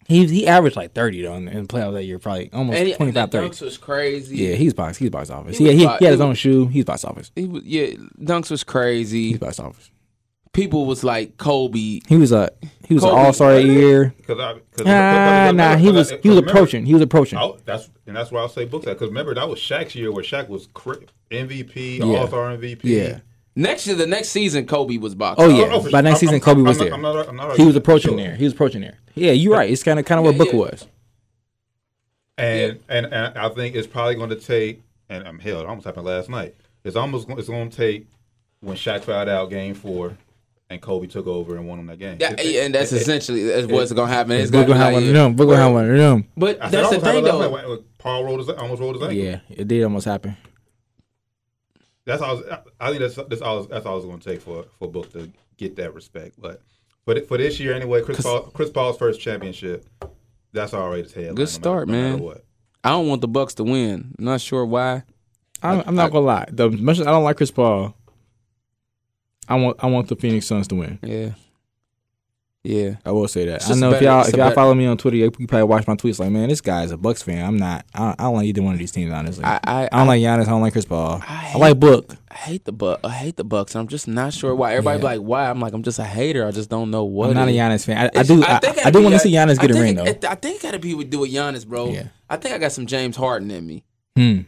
D: He he averaged like thirty though in, in the playoffs that year, probably almost
C: and he-
D: 25,
C: and the
D: 30.
C: dunks was crazy.
D: Yeah, he's box. He's box office.
C: He
D: yeah,
C: was
D: he,
C: box-
D: he had
C: he
D: his
C: was-
D: own shoe. He's box office.
C: He was, yeah, dunks was
D: He's
C: crazy.
D: box office.
C: People was like Kobe.
D: He was a he was an
C: Kobe
D: all star
C: Bryant?
D: year.
E: Cause I, cause, cause,
D: Ah, nah, he was he was approaching. He was approaching.
C: Oh,
E: I, that's and that's where I'll say books at. Because remember that was Shaq's year where Shaq was cr- MVP,
D: Yeah.
E: All Star MVP.
D: Yeah.
C: Next year, the next season, Kobe was box.
D: Oh
C: office.
D: yeah.
E: oh, for
D: By
E: sure.
D: next
E: I'm-
D: season,
E: I'm-
D: Kobe
E: I'm
D: was
E: not-
D: there.
E: I'm not- I'm not
D: he was
E: arguing.
D: approaching
E: Sure.
D: there. He was approaching there. Yeah, you're right. It's kind of kind of where
C: Yeah,
D: Book
C: yeah.
D: was.
E: And, and and I think it's probably going to take. And um, I'm hell. It almost happened last night. It's almost go- it's going to take when Shaq fouled out game four, and Kobe took over and won him that game.
C: Yeah,
E: It-
C: and that's
E: it-
C: essentially that's what's gonna happen. It's
D: We're gonna have
C: be
D: one of
C: like-
D: them. We're gonna have one of them.
C: But
E: I
C: that's
E: said
C: the
E: almost
C: thing,
E: happened. I was
C: though.
E: like, wait, Paul rolled his, almost rolled his ankle.
D: Yeah, it did almost happen.
E: That's all. I- I think that's that's all. That's all I was going to take for for Book to get that respect. But for th- for this year anyway, Chris Paul, Chris Paul's first championship. That's already his head.
C: Good start, man. I don't want the Bucks to win. I'm not sure why.
D: I'm, I'm not gonna lie. The much as I don't like Chris Paul, I want I want the Phoenix Suns to win.
C: Yeah, yeah.
D: I will say that.
C: It's
D: I
C: just
D: know if
C: better-
D: y'all
C: it's
D: if
C: a
D: y'all
C: better-
D: follow me on Twitter, you probably watch my tweets. Like, man, this guy's a Bucks fan. I'm not. I, I don't like either one of these teams. Honestly,
C: I
D: I,
C: I,
D: don't like Giannis. I don't like Chris Paul.
C: I
D: I, like Book.
C: I hate the Buck. I hate the Bucks. and I'm just not sure why. Everybody
D: Yeah.
C: like, why? I'm like, I'm just a hater. I just don't know what.
D: I'm not a
C: it-
D: Giannis fan. I, I
C: It's-
D: do. I,
C: think
D: I,
C: gotta
D: do
C: be-
D: want to see Giannis get a
C: think
D: ring
C: it-
D: though.
C: it- I think it gotta be with do with Giannis, bro.
D: Yeah.
C: I think I got some James Harden in me.
D: Hmm.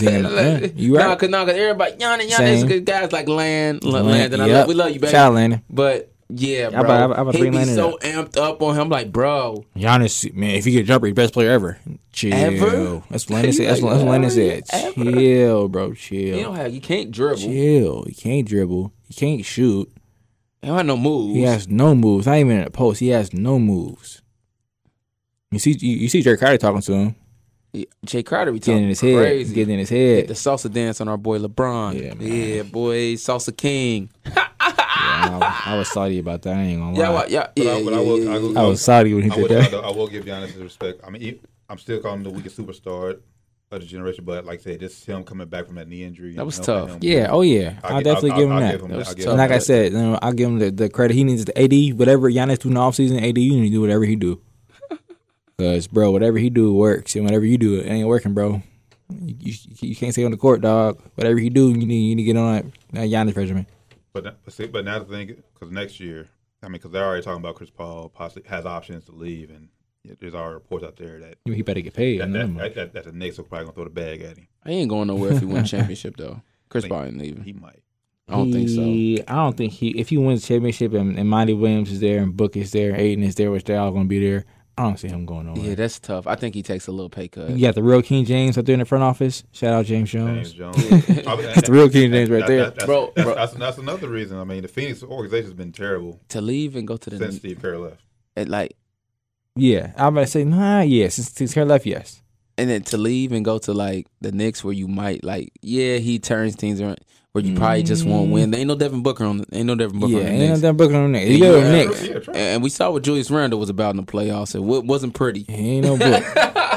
D: he ain't. yeah, you
C: Nah,
D: right.
C: cause nah, 'cause everybody Giannis, Giannis
D: Same.
C: is good guys like Land, Land, Landon. I
D: Yep.
C: love, we love you, baby.
D: Shout out Landon.
C: But yeah, bro,
D: I about- I about
C: he
D: bring
C: be
D: Landon
C: so
D: up.
C: amped up on him, like, bro,
D: Giannis, man, if he get a jumper, he's best player ever. Chill.
C: Ever?
D: That's what Landon
C: You
D: said. That's,
C: like,
D: what- that's what Landon
C: ever?
D: said.
C: Ever?
D: Chill, bro. Chill.
C: you don't have, you can't dribble.
D: chill. He can't dribble. He can't shoot.
C: He don't have no moves.
D: He has no moves. Not even in the post. He has no moves. You see, you, you see Jerry Carter talking to him,
C: Yeah, Jay Crowder, we
D: getting
C: talking
D: in his head,
C: crazy.
D: getting in his
C: Hit
D: head.
C: the salsa dance on our boy LeBron.
D: Yeah, man.
C: yeah boy, salsa king.
D: Yeah, I, I was salty about that. I ain't gonna
C: Yeah,
D: lie.
C: well, yeah, yeah,
E: I- but I
C: yeah,
E: will-
C: yeah,
E: I
C: yeah.
E: will-
D: I was salty when he
E: I
D: did
E: will,
D: that.
E: I, will- I will give Giannis his respect. I mean, he, I'm still calling him the weakest superstar of the generation, but like I said, just him coming back from that knee injury.
C: That was
E: helping
C: tough.
E: him.
D: Yeah. Oh yeah.
E: I'll
D: I'll,
E: gi-
D: definitely
E: I'll-
D: give him
E: I'll
D: that.
E: give him that. I'll give
D: and
E: him
D: like I
E: that.
D: said, you know, I'll give him the, the credit he needs. The AD, whatever Giannis do in the offseason, AD, you need to do whatever he do. Cause bro, whatever he do works, and whatever you do, it ain't working, bro. You, you, you can't stay on the court, dog. Whatever he do, you need you need to get on that, that Giannis regimen.
E: But n- but see, but now the thing, because next year, I mean, because they're already talking about Chris Paul possibly has options to leave, and yeah, there's already reports out there that
D: He better get paid. I
E: that,
D: know
E: that,
D: him.
E: that, that, that the Knicks are probably gonna throw the bag at him.
C: He ain't going nowhere if he wins championship though. Chris Paul ain't leaving.
E: He might.
C: I don't think so.
D: He- I don't think he. If he wins championship and, and Monty Williams is there and Book is there, Aiden is there, which they're all gonna be there. I don't see him going nowhere.
C: Yeah, that's tough. I think he takes a little pay cut.
D: You got the real King James up there in the front office. Shout out James Jones.
E: James Jones. that's
D: the real King James right there.
E: that's,
C: Bro,
E: that's,
C: bro.
E: That's, that's another reason. I mean, the Phoenix organization has been terrible
C: To leave and go to
E: since
C: the
E: Steve Kerr left.
C: and like
D: Yeah, I'm gonna say nah. Yeah, since since her left, yes.
C: and then to leave and go to like the Knicks where you might like yeah he turns things around where you probably just won't win. There ain't no Devin Booker on. Ain't no Devin Booker
D: yeah,
C: on the
D: ain't no
C: Knicks.
D: damn Booker on there.
C: And
D: You go
C: you
D: to
C: have-
D: Knicks.
E: Yeah, true.
C: And we saw what Julius Randle was about in the playoffs. It wa- wasn't pretty.
D: Ain't no book.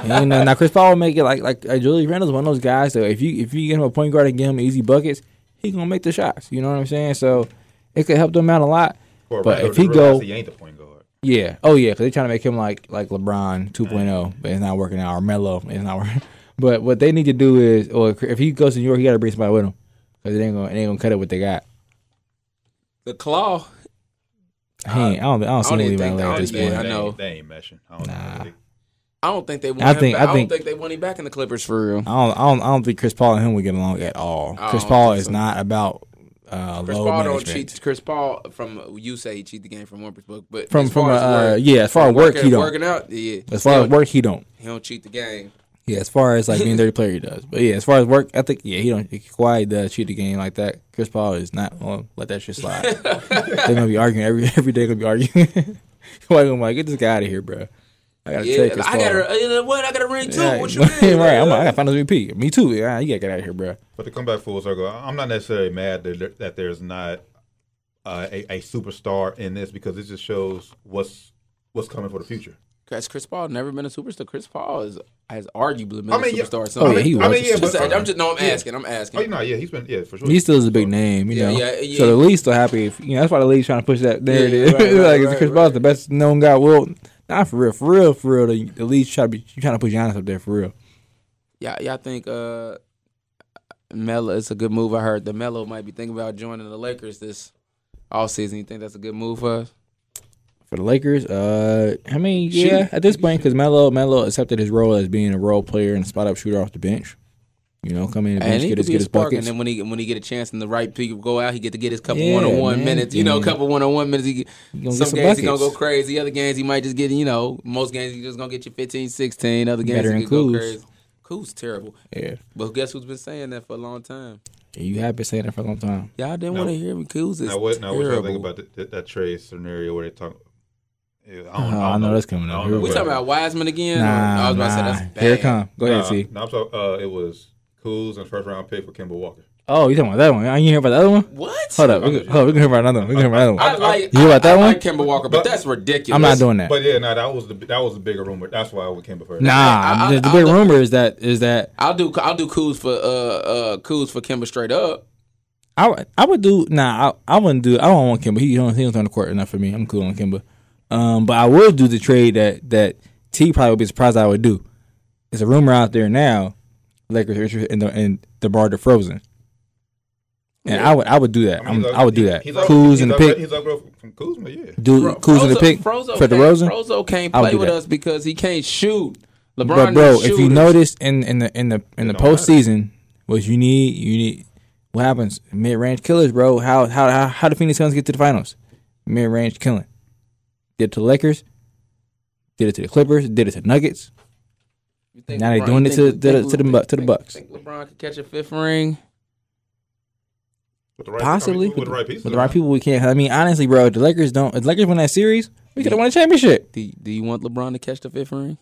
D: ain't no. Now Chris Paul will make it like like uh, Julius Randle's one of those guys. So if you if you get him a point guard and give him easy buckets, he gonna make the shots. You know what I'm saying? So it could help them out a lot.
E: Or
D: But
E: rather,
D: if he
E: they realized
D: go-
E: he ain't the point guard.
D: Yeah. Oh yeah, because they're trying to make him like like LeBron 2.0, but it's not working out. Or Melo, it's not working. But what they need to do is, or if he goes to New York, he got to bring somebody with him because it ain't gonna it ain't gonna cut it what they got.
C: The claw.
D: He ain't, I don't I don't see
C: don't even
D: anybody
C: think- I
D: like
C: don't
D: at this
C: even
D: point.
C: think- I
E: They
C: know.
E: ain't- they ain't meshing. I don't
D: Nah.
E: know.
C: I don't think they want.
D: I
C: him
D: think-
C: back.
D: I
C: I,
D: think-
C: don't think they want him back in the Clippers for real.
D: I don't, I don't, I don't think Chris Paul and him would get along at all.
C: I
D: Chris
C: don't
D: Paul
C: think
D: is
C: so.
D: not about uh,
C: Chris
D: low
C: Paul
D: management.
C: don't cheat. Chris Paul from you say he cheat the game from one perspective, but
D: From
C: as far
D: from
C: as
D: uh,
C: work,
D: yeah, as far as
C: from
D: work
C: working,
D: he don't.
C: working out. Yeah,
D: As far as work he don't.
C: he don't cheat the game.
D: Yeah, as far as like being a dirty player he does. But yeah, as far as work ethic, yeah, he don't. Kawhi does cheat the game like that. Chris Paul is not gonna let that shit slide. They're gonna be arguing every every day. Gonna be arguing. Kawhi gonna be like, get this guy out of here, bro. I gotta
C: Yeah,
D: take Chris
C: I
D: Paul.
C: got a uh, what? I got a ring too.
D: Yeah,
C: What you mean?
D: right. I'm like, I gotta find his VP. Me too. Yeah, you gotta get out of here, bro.
E: But to come back full circle, I- I'm not necessarily mad that, there- that there's not uh, a, a superstar in this because it just shows what's what's coming for the future.
C: Has Chris Paul never been a superstar? Chris Paul is has arguably been
E: I mean,
C: a
E: yeah.
C: superstar. or
D: Oh,
C: something.
D: yeah, he
E: I
D: was
E: mean,
D: a
E: yeah, but-
C: I'm just no. I'm asking. I'm asking.
E: Oh, no, yeah, he's been, yeah, for sure.
D: He still is a big name, you
C: Yeah,
D: know.
C: yeah, yeah.
D: So the league's still happy. If, you know, that's why the league's trying to push that. There it
C: Yeah,
D: is.
C: right,
D: like
C: right,
D: Chris
C: right,
D: Paul's the best known guy. Well, not for real, for real, for real. The, the league's trying to be trying to push Giannis up there for real.
C: Y'all, y'all think uh, Melo? It's a good move. I heard that Melo might be thinking about joining the Lakers this off season. You think that's a good move for us?
D: For the Lakers, uh, I mean,
C: Shoot.
D: yeah, at this point, because Melo Melo accepted his role as being a role player and spot up shooter off the bench. You know, come in and
C: And
D: bench,
C: he
D: get
C: could
D: his
C: be
D: get
C: a
D: his
C: spark, and
D: buckets.
C: then when he when he get a chance and the right people go out, he get to get his couple
D: Yeah,
C: one on one
D: man.
C: minutes. You know,
D: Yeah.
C: couple one on one minutes. He get,
D: gonna get
C: some,
D: some
C: games he gonna go
D: buckets.
C: crazy. Other games he might just get. You know, most games he just gonna get you 15, 16. Other games
D: Better
C: he
D: than
C: could go
D: Kuz.
C: crazy. Cool's terrible.
D: yeah,
C: But guess who's been saying that for a long time?
D: You have been saying that for a long time.
C: Y'all didn't
E: Now-
C: want to hear me because it's
E: Now what? Now what y'all think
C: terrible.
E: about th- th- that trade scenario where they talk? eh, I, don't,
D: Uh, I know that's coming
E: I
D: up.
E: don't know
C: we
E: what-
C: talking about Wiseman again?
D: Nah,
C: I was about
D: nah.
C: to say that's bad.
D: Here it come. Go ahead,
E: Nah,
D: T.
E: nah, I'm sorry, uh, it was Kuz and first round pick for Kimball Walker.
D: Oh, you talking about that one? Are you hear about the other one?
C: What?
D: Hold up, we're, hold up, we're gonna hear about another one. We're gonna hear about another one.
C: I like
D: You about
C: I-
D: that
C: I
D: one?
C: like Kemba Walker, but,
E: But-
C: that's ridiculous.
D: I'm not doing that.
E: But yeah, no, that was the that was the bigger rumor. That's why I went Kimball first.
D: Nah,
C: I- I-
D: the, the
C: I-
D: big
C: I-
D: rumor is that is that
C: I'll do I'll do coups for uh uh coups for Kemba straight up.
D: I would- I would do nah I, I wouldn't do I don't want Kimba he don't he don't on the court enough for me I'm cool on Kimba, um but I would do the trade that that T probably would be surprised I would do. It's a rumor out there now, Lakers are interested in the in the bar DeFrozen, and I would I would do that I,
E: mean, he's
D: am
E: up-
D: I would do
E: he-
D: that.
E: he's up-
D: Kuz
E: he's
D: and the
E: up-
D: pick,
E: He's upgraded from Kuzma, yeah.
D: do Kuz and the
C: Frozo-
D: pick
C: Frozo
D: for the
C: can't-
D: Rosen.
C: Frozo can't
D: I would
C: play
D: do
C: with
D: that.
C: us because he can't shoot. LeBron,
D: But bro, if you
C: know
D: notice in in the in the in the
E: don't matter.
D: postseason, what you need you need what happens mid range killers, bro. How how how how the Phoenix Suns get to the finals? Mid range killing. Did it to the Lakers. Did it to the Clippers. Did it to Nuggets. now they doing it to- to the- to the Bu- to the Bucks.
C: Think LeBron could catch a fifth ring.
E: With the right,
D: Possibly
E: I mean, with the right pieces.
D: With the right people, we can't. I mean, honestly, bro, if the Lakers don't. If the Lakers win that series, we could have won a championship.
C: Do, do you want LeBron to catch the fifth ring?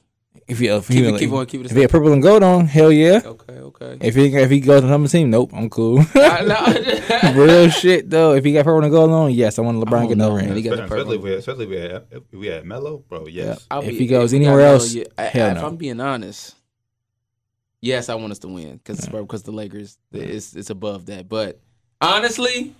D: If you if
C: Keep
D: you
C: it, keep on, keep it.
D: if he had purple and gold on, hell yeah.
C: Okay, okay.
D: If he if he goes to another team, nope, I'm cool.
C: I, no,
D: Real shit though. If he got purple and gold on, yes, I want
C: I
D: LeBron
C: don't
D: get no
C: know,
D: ring.
C: man. He got the
E: especially,
C: purple.
E: especially if we had, especially if we had, if we had Melo, bro. Yes,
C: I'll
D: If
C: be-
D: he goes
C: we got
D: anywhere
C: Melo,
D: else,
C: yeah, I-
D: hell
C: I- if
D: no.
C: I'm being honest, yes, I want us to win because because the Lakers it's it's above that. But honestly,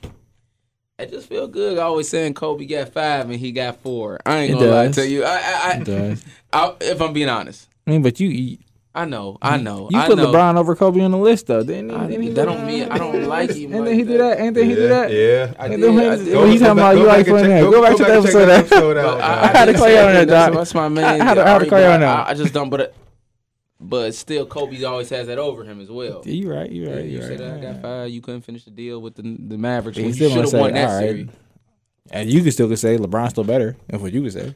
C: I just feel good. Always saying Kobe got five and he got four. I ain't
D: It
C: gonna lie
D: does.
C: to you. I, I,
D: It does.
C: I, I if I'm being honest,
D: I mean, but you you,
C: I know, I know,
D: you
C: I
D: put
C: know.
D: LeBron over Kobe on the list though, didn't he?
C: I-
D: didn't he
C: that
D: do
C: don't mean I don't like him.
D: And then
C: like
D: he did that. And then he did that.
E: Yeah.
C: I
D: And
C: did,
D: then
C: I
D: he-
C: did.
D: What are you talking about? You like when that? Go back to the episode.
E: that
D: that-
E: out.
C: But
D: I had to
C: did
D: call you
C: say
D: on that,
C: that, that's-
D: Doc.
C: That's my man.
D: I had to- I had to call you on
C: But
D: that.
C: I, I just don't, but uh, but still, Kobe always has that over him as well.
D: You right. You
C: Yeah,
D: right.
C: you
D: You
C: said I got
D: right.
C: fired. You couldn't finish the deal with the the Mavericks.
D: He
C: when
D: still
C: you
D: gonna
C: should have won
D: say,
C: that
D: all right.
C: series.
D: And you could still could say LeBron's still better. That's what you could say.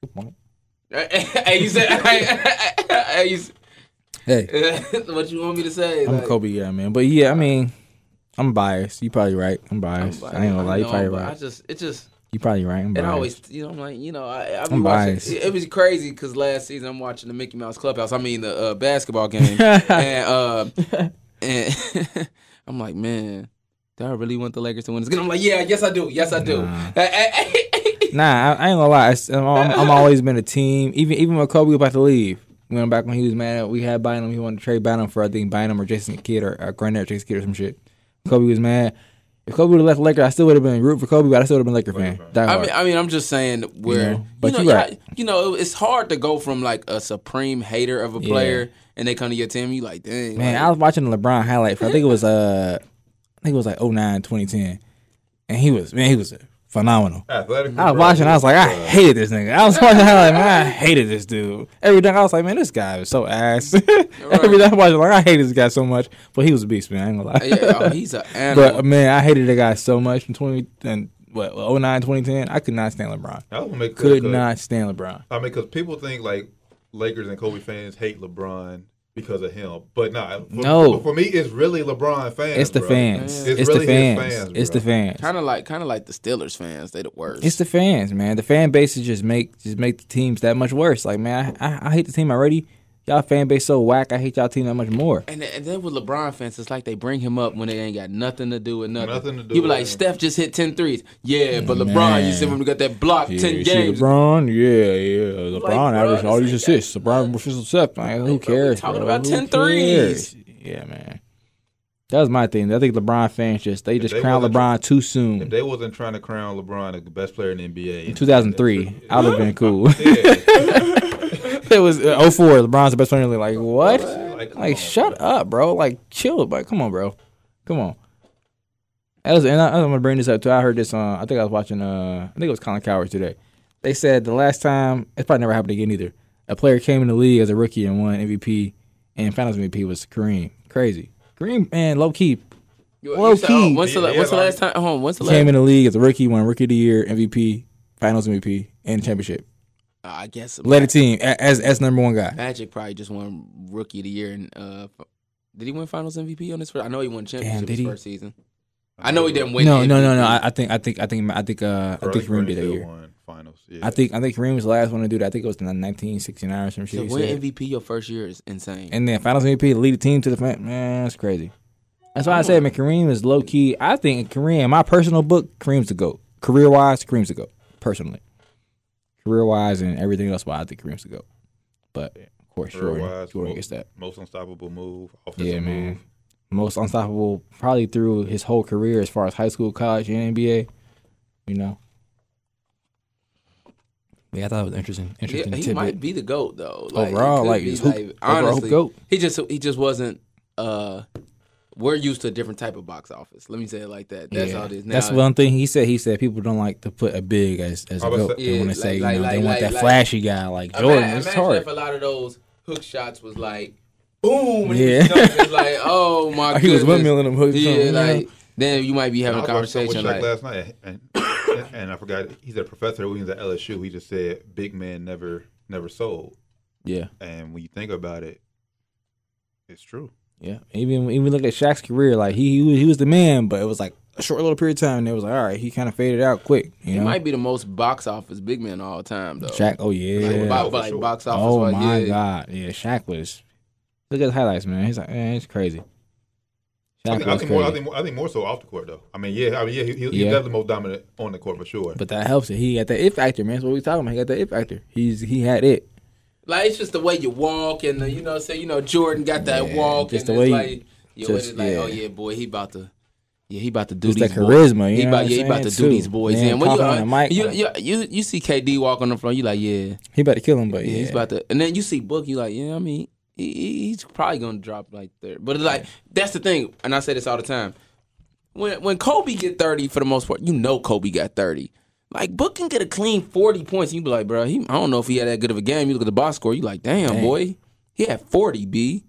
D: Good point.
C: hey, you said. hey, you
D: Hey,
C: said what you want me to say?
D: I'm a
C: Like,
D: Kobe guy, man. But yeah, I mean, I'm biased. You probably right. I'm
C: I'm
D: biased.
C: like,
D: I ain't gonna lie. You
C: know,
D: probably
C: but I
D: right.
C: just, it just,
D: You probably right. I'm
C: it
D: biased.
C: always, you know, I'm like, you know, I, I be watching.
D: I'm biased.
C: It, it was crazy because last season I'm watching the Mickey Mouse Clubhouse. I mean the uh, basketball game, and uh, and I'm like, man, do I really want the Lakers to win this game? I'm like, yeah, yes I do, yes I do.
D: Nah, I, I ain't gonna lie. It's- I'm, I'm, I'm always been a team. Even even when Kobe was about to leave, you know, back when he was mad, we had Bynum. He wanted to trade Bynum for I think Bynum or Jason Kidd or, or Garnett or Jason Kidd or some shit. Kobe was mad. If Kobe would have left Lakers, I still would have been root for Kobe, but I still would have been Laker fan. Die
C: I
D: hard.
C: mean, I mean, I'm just saying where
D: know, but
C: you know,
D: you right.
C: yeah, you know, it's hard to go from like a supreme hater of a
D: Yeah.
C: player, and they come to your team, you like, dang,
D: Man, I
C: like,
D: was watching the LeBron highlight. For, I think it was uh, I think it was like 09, 2010. and he was man, he was phenomenal.
E: Athletic.
D: I was watching. I was like, I hated this nigga. I was watching. I was like, man, I hated this dude. Every time I was like, man, this guy is so ass. Every time I watched, like, I hate this guy so much. But he was a beast, man. I ain't gonna lie.
C: yeah, oh, he's an animal.
D: but man, I hated that guy so much in twenty and what 09, 2010. I could not stand LeBron.
E: I was gonna make
D: Could
E: clear, 'cause-
D: not stand LeBron.
E: I mean, because people think like Lakers and Kobe fans hate LeBron because of him, but nah. For,
D: No.
E: for me, it's really LeBron fans.
D: It's the
E: bro.
D: fans.
E: It's
D: It's,
E: really
D: the
E: his
D: fans.
E: fans,
D: It's the
E: bro.
D: fans.
C: kind of like, kind of like the Steelers fans, they the worst.
D: It's the fans, man. The fan bases just make just make the teams that much worse. Like, man, I, I, I hate the team already. Y'all fan base so whack. I hate y'all team that much more.
C: and, then- and then with LeBron fans, it's like they bring him up when they ain't got nothing to do with nothing.
E: Nothing to do
C: You be
E: with
C: like,
E: it.
C: Steph just hit 10 threes. Yeah, but LeBron, you
D: Man.
C: see when we got that block,
D: Yeah,
C: 10
D: you see
C: games.
D: LeBron, yeah, yeah. LeBron
C: Like, bro,
D: averaged all
C: this
D: these
C: ain't
D: assists. LeBron versus himself. Like, who
C: bro, we
D: cares?
C: talking
D: bro?
C: about
D: Who
C: 10 threes.
D: cares? Yeah, man. That was my thing. I think LeBron fans just they just
E: they
D: crowned
E: wasn't-
D: LeBron too
E: If
D: soon.
E: they wasn't trying to crown LeBron the best player in the NBA,
D: In 2003, I'd have been cool.
E: yeah,
D: it was uh, 04. LeBron's the best player in the league. Like what?
E: like, come
D: Like
E: on,
D: shut up, bro. Like chill, but come on, bro. Come on. That was, and I, I'm gonna bring this up too. I heard this on. I think I was watching. Uh, I think it was Colin Coward today. They said the last time it's probably never happened again either. A player came in the league as a rookie and won MVP and Finals MVP was Kareem. Crazy. Kareem man, low key
C: You- you
D: Low
C: said, oh,
D: key.
C: when's the,
E: Yeah, yeah,
C: when's the
E: like-
C: last time? Hold on, when's the last
D: came in the league as a rookie, won Rookie of the Year, MVP, Finals MVP, and championship.
C: I guess
D: Led a team a- as as number one guy.
C: Magic probably just won Rookie of the Year and uh, Did he win Finals MVP on his first? I know he won championship
D: did
C: his
D: he?
C: first season. I know he didn't win.
D: No,
C: the
D: no, no,
C: MVP.
D: no. I, I think, I think, I think, I think, uh, I think Kareem did that
E: Greenfield
D: year.
E: won finals. Yeah.
D: I think, I think Kareem was the last one to do that. I think it was in 1969 or some
C: To
D: shit. he
C: win
D: said.
C: MVP your first year is insane.
D: And then Finals MVP, lead the team to the fan. Man, that's crazy. That's why I said, man, Kareem is low key. I think Kareem, in my personal book, Kareem's the goat. Career wise, Kareem's the goat. Personally, career wise and everything else, why I think Kareem's the goat. But of course, Jordan,
E: Career-wise,
D: Jordan
E: most-
D: gets that.
E: Most unstoppable move. Offensive
D: Yeah, man.
E: Move.
D: Most unstoppable, probably through his whole career, as far as high school, college, and NBA. You know. But yeah, I thought it was interesting.
C: Yeah,
D: Interesting
C: he
D: tidbit.
C: might be the goat though. he
D: Overall,
C: could
D: like,
C: be,
D: he's hoop- overall hoop
C: honestly,
D: goat.
C: he just he just wasn't. uh We're used to a different type of box office. Let me say it like that. That's
D: yeah.
C: all it is. Now,
D: That's one thing he said. He said people don't like to put a big as as a
E: I was
D: goat.
E: say-
D: they
C: Yeah,
D: want to
C: like-
D: say
C: like-
D: you know they
C: like-
D: want that
C: like-
D: flashy guy like Jordan.
C: Ima-
D: it's
C: imagine
D: hard.
C: if a lot of those hook shots was like boom. And
D: Yeah.
C: yeah. it's like oh my
D: Oh,
C: god.
D: he was windmilling them hooks, huh?
C: Yeah,
D: Yeah.
C: like then you might be having a
E: I watched some with
C: conversation like.
E: Shaq last night, and, and, and I forgot he's a professor. When he was at LSU, he just said, "Big man never, never sold."
D: Yeah,
E: And when you think about it, it's true.
D: yeah. Even even look at Shaq's career. Like he he was, he was the man, but it was like a short little period of time. And it was like all right, he kind of faded out quick. You
C: He
D: know,
C: might be the most box office big man of all time though.
D: Shaq. Oh
C: Like,
D: yeah.
C: bo-
E: for
C: like,
E: sure.
C: box office.
D: Oh
C: like,
D: my
C: yeah.
D: god. Yeah, Shaq was. Look at the highlights, man. He's like, man, it's crazy.
E: I
D: Shaq
E: think, I
D: was
E: think more, I
D: crazy.
E: think, more, I think more so off the court though. I mean, yeah, I mean, yeah, he, he, he's
D: Yeah.
E: definitely most dominant on the court for sure.
D: But that helps it. He got that it factor, man. That's what we talking about. He got that it factor. He's he had it.
C: Like it's just the way you walk, and the, you know, say you know Jordan got that
D: Yeah,
C: walk,
D: just
C: and
D: the
C: it's
D: way you-
C: like, yo, it's
D: just-
C: like, oh
D: yeah.
C: yeah, boy, he about to, yeah, he about to do
D: It's
C: these
D: that
C: boys.
D: charisma, you
C: he
D: know what
C: about,
D: I'm
C: yeah, he about
D: saying,
C: to
D: too.
C: do these boys
D: Man,
C: in. When you,
D: confident on the mic.
C: you, you, you, you see KD walk on the floor, you like, yeah,
D: He about to kill him, but yeah.
C: he's about to, and then you see Book, you like, yeah, I mean, he, he- he's probably gonna drop like third, but it's like that's the thing, and I say this all the time. When when Kobe get thirty for the most part, you know Kobe got thirty. Like Book can get a clean forty points, and you be like, bro, he, I don't know if he had that good of a game. You look at the box score, you like, damn,
D: Dang.
C: boy, he had forty. B.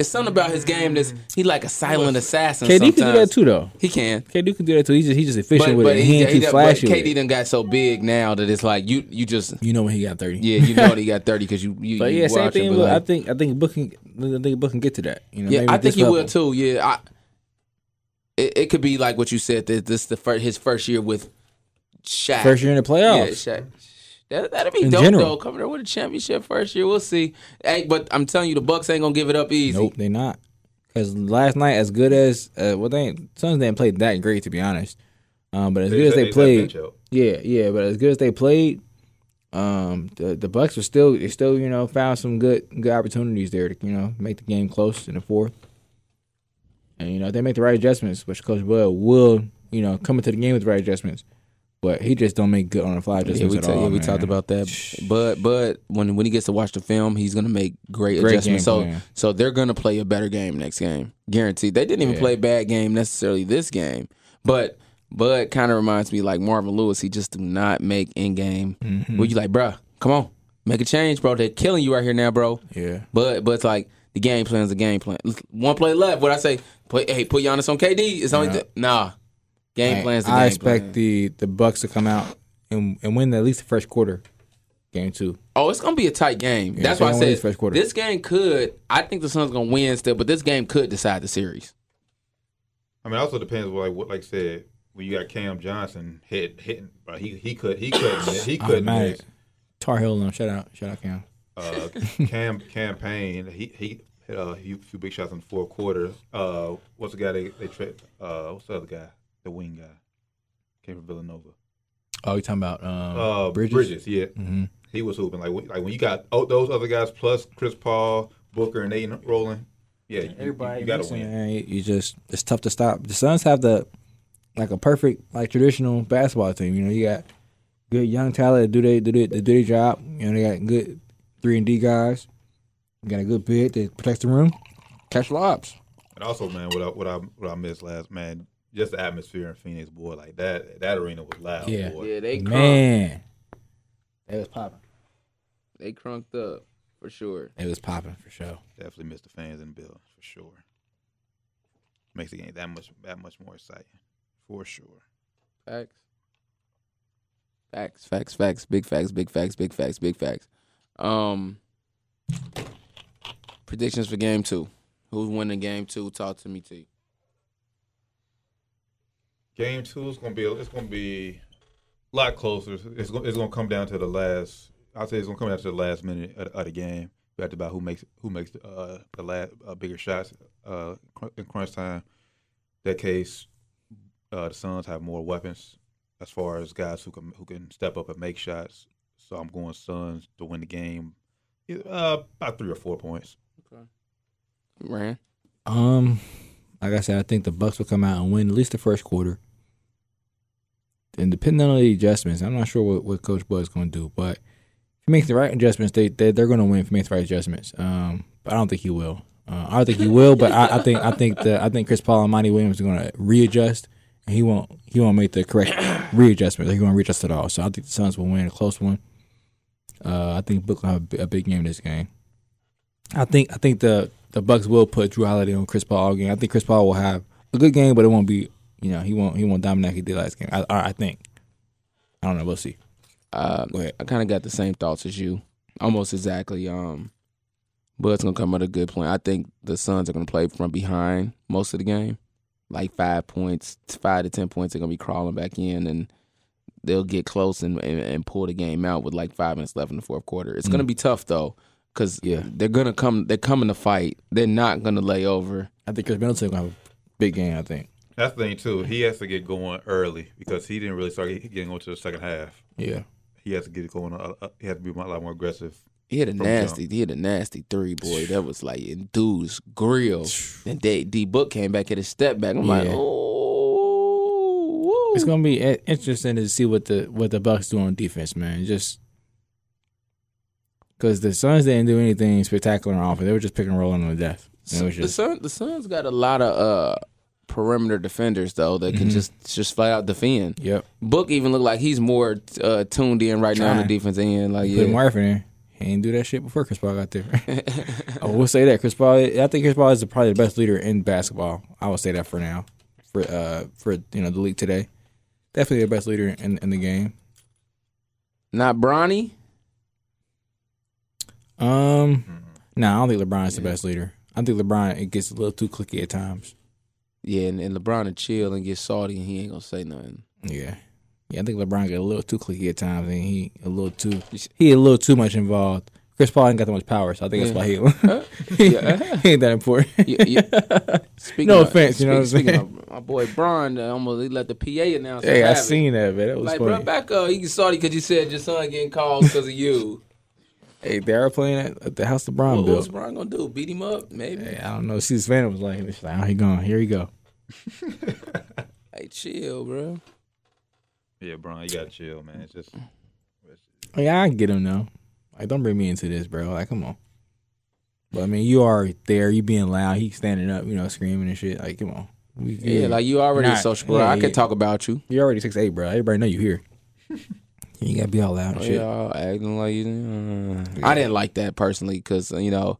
C: It's something about his game
D: Mm.
C: that's he like a silent assassin.
D: KD
C: sometimes.
D: could do that too though.
C: He can.
D: KD could do that too. He's just he's just efficient
C: But,
D: with
C: but
D: it.
C: he,
D: He ain't
C: he
D: too
C: done- but
D: flashy. with
C: KD
D: it.
C: done got so big now that it's like you you just
D: You know when he got thirty.
C: yeah, you know that he got thirty because you, you.
D: But
C: you
D: yeah, same
C: watch him,
D: thing.
C: but
D: With,
C: like-
D: I think I think Book can I think Book can get to that. You know,
C: yeah,
D: maybe
C: I
D: at this
C: think he will too.
D: level.
C: Yeah, I, it, it could be like what you said that this the fir- his first year with Shaq.
D: First year in the
C: yeah,
D: playoffs.
C: Shaq. That that'd be
D: In
C: dope
D: general.
C: though. Coming there with a championship first year, we'll see. Hey, but I'm telling you, the Bucks ain't gonna give it up easy.
D: Nope, they not. Because last night, as good as uh, well, they ain't- Suns didn't play that great to be honest. Um, but as good as
E: said
D: they
E: got
D: played,
E: bench out.
D: Yeah, yeah, but as good as they played, um, the the Bucks were still they still you know found some good good opportunities there to you know make the game close in the fourth, and you know if they make the right adjustments, which Coach Bud will you know come into the game with the right adjustments, but he just don't make good on the fly adjustments
C: Yeah, we,
D: at
C: ta-
D: all.
C: yeah, we
D: man.
C: talked about that. But but when when he gets to watch the film, he's gonna make great,
D: Great
C: adjustments.
D: game
C: So
D: plan.
C: so they're gonna play a better game next game, guaranteed. They didn't even
D: Yeah.
C: play a bad game necessarily this game, but but kind of reminds me like Marvin Lewis. He just do not make in game.
D: Mm-hmm.
C: Where you like, bruh, come on, make a change, bro. They're killing you right here now, bro.
D: yeah.
C: But but it's like the game plan's a game plan. One play left. What I say? Put, hey, put Giannis on KD. It's only
D: Yeah.
C: th- nah. Game
D: I,
C: plan's the
D: I
C: game
D: expect
C: plan.
D: the the Bucks to come out and and win at least the first quarter, game two.
C: Oh, it's gonna be a tight game.
D: Yeah,
C: That's
D: they
C: why I
D: don't win
C: said
D: this first quarter.
C: this game could. I think the Suns gonna win still, but this game could decide the series.
E: I mean, it also depends. Like what, like I said, when you got Cam Johnson hit hitting, bro, he he could he could miss- he could
D: man.
E: miss.
D: Tar Heel, them. shout out, shout out, Cam.
E: Uh, Cam campaign. He he hit uh, a few few big shots in the fourth quarter. Uh, what's the guy they they tripped? Uh, what's the other guy? The wing guy came from Villanova.
D: Oh, you talking about um,
E: Uh, Bridges? yeah.
D: Mhm.
E: He was hooping like when, like when you got oh, those other guys plus Chris Paul, Booker, and Aiden Rolling. Yeah, you,
D: Everybody,
E: you, you gotta
D: missing,
E: win.
D: man. You- You just it's tough to stop. The Suns have the like a perfect like traditional basketball team. You know, you got good young talent to do they do they, to do their job. You know, they got good three and D guys. You got a good bid that protects the room, catch lobs.
E: And also, man, what I what I what I missed last, man, just the atmosphere in Phoenix, boy, like that that arena was loud.
D: Yeah.
E: boy.
C: Yeah, they crunk,
D: Man, it was popping.
C: they crunked up for sure.
D: It was popping for sure.
E: definitely miss the fans in the building for sure. Makes the game that much that much more exciting for sure.
C: Facts. Facts. Facts. Facts. Big facts. Big facts. Big facts. Big facts. Um. Predictions for game two. Who's winning game two? Talk to me, T.
E: Game two is gonna be it's gonna be a lot closer. It's gonna it's gonna come down to the last. I'd say it's gonna come down to the last minute of, of the game. We have to about who makes who makes uh, the last uh, bigger shots uh, cr- in crunch time. That case, uh, the Suns have more weapons as far as guys who can who can step up and make shots. So I'm going Suns to win the game, uh, about three or four points.
C: Ran.
D: Um, like I said, I think the Bucks will come out and win at least the first quarter. And depending on the adjustments, I'm not sure what, what Coach Bud's going to do, but if he makes the right adjustments, they, they they're going to win if he makes the right adjustments. Um, but I don't think he will. Uh, I don't think he will, but I, I think I think the I think Chris Paul and Monty Williams are going to readjust, and he won't he won't make the correct readjustment. He won't readjust at all. So I think the Suns will win a close one. Uh, I think Brooklyn have a bi- a big game this game. I think I think the the Bucks will put Drew Holiday on Chris Paul all game. I think Chris Paul will have a good game, but it won't be you know he won't he won't dominate like he did last game. I I, I think. I don't know. We'll see.
C: Uh,
D: Go ahead.
C: I kind of got the same thoughts as you, almost exactly. Um, but it's gonna come at a good point. I think the Suns are gonna play from behind most of the game, like five points, five to ten points. They're gonna be crawling back in, and they'll get close and and, and pull the game out with like five minutes left in the fourth quarter. It's gonna be tough though, cause
D: Mm. Yeah.
C: they're gonna come. They're coming to fight. They're not gonna lay over.
D: I think Chris Middleton gonna have a big game. I think.
E: That's the thing too. He has to get going early because he didn't really start getting going to the second half.
D: Yeah.
E: he has to get it going. Uh, uh, he has to be a lot more aggressive.
C: He hit a
E: From
C: nasty. He hit a nasty three, boy. That was like in dude's grill. And D, D Book came back at a step back. I'm like,
D: Yeah.
C: oh,
D: It's gonna be i- interesting to see what the what the Bucks do on defense, man. Just because the Suns didn't do anything spectacular on offense, they were just picking and rolling on the death. And it was
C: the
D: just
C: Sun. The Suns got a lot of uh, perimeter defenders though that
D: Mm-hmm.
C: can just just flat out defend.
D: yep.
C: Book even looked like he's more uh, tuned in right now on the
D: Trying.
C: defense end. Like,
D: Put
C: yeah,
D: Marvin in. He ain't do that shit before Chris Paul got there. I will say that Chris Paul. I think Chris Paul is probably the best leader in basketball. I will say that for now, for uh, for you know the league today, definitely the best leader in in the game.
C: not Bronny.
D: Um,
C: Mm-hmm.
D: no, I don't think LeBron is the best leader. I think LeBron it gets a little too clicky at times.
C: Yeah, and, and LeBron to chill and get salty, and he ain't gonna say nothing.
D: Yeah, yeah, I think LeBron get a little too clicky at times, and he a little too he a little too much involved. Chris Paul ain't got that much power, so I think that's why he, he ain't that important.
C: You- you- speaking
D: No offense, you know what I'm
C: speaking
D: saying?
C: of my boy Bron, uh, almost he let the PA announce.
D: Hey,
C: it.
D: I seen that, man. That was
C: Like,
D: funny.
C: bro, back up. You salty because you said your son getting calls because of you.
D: Hey, they are playing at, at the house LeBron
C: what, what's
D: built.
C: Bron gonna do? Beat him up? Maybe.
D: Hey, I don't know. She's fan was like, she's like, oh, he gone. Here he go.
C: Hey, chill, bro.
E: Yeah, Brian, you gotta chill, man. It's just
D: Yeah, I get him now. Like, don't bring me into this, bro. Like, come on. But I mean, you are there. You being loud. He standing up. You know, screaming and shit. Like, come on. We,
C: Yeah, like you already
D: Not-
C: a social bro.
D: yeah,
C: I
D: yeah.
C: could talk about you.
D: you already six eight, bro. Everybody know you here. you ain't gotta be all loud and Oh, shit.
C: Oh, Yeah, acting like you. I didn't like that personally because you know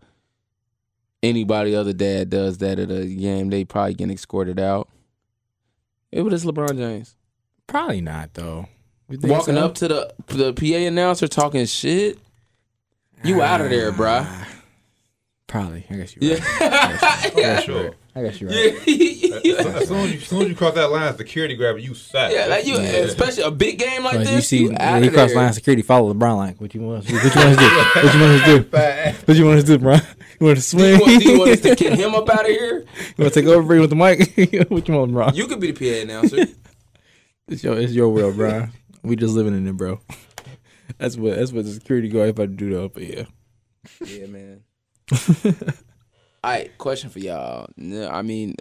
C: anybody other dad does that at a game, they probably getting escorted out. It was LeBron James
D: Probably not though. You think
C: walking
D: so?
C: up to the the PA announcer talking shit. You out of there, bruh.
D: Ah. Probably. I guess you're right.
E: yeah, sure.
D: I guess you're right.
C: yeah,
E: As soon as, you, as soon as you cross that line, security grab you sack.
C: Yeah, like you,
E: Yeah.
C: especially a big game like
D: Like,
C: this.
D: you see,
C: out
D: when he
C: of there.
D: crossed line security, follow LeBron. Like, what you want? us to do? What you want us to do? What you want us to do? What you want us to do, bro? You want to
C: Do
D: swing?
C: you, want, do you want us to get him up out of here?
D: You want to take over for you with the mic? what you want, bro?
C: You could be the PA announcer.
D: It's your it's your world, bro. we just living in it, bro. That's what that's what the security guard about to do though. But yeah,
C: yeah, man. All right, question for y'all. No, I mean,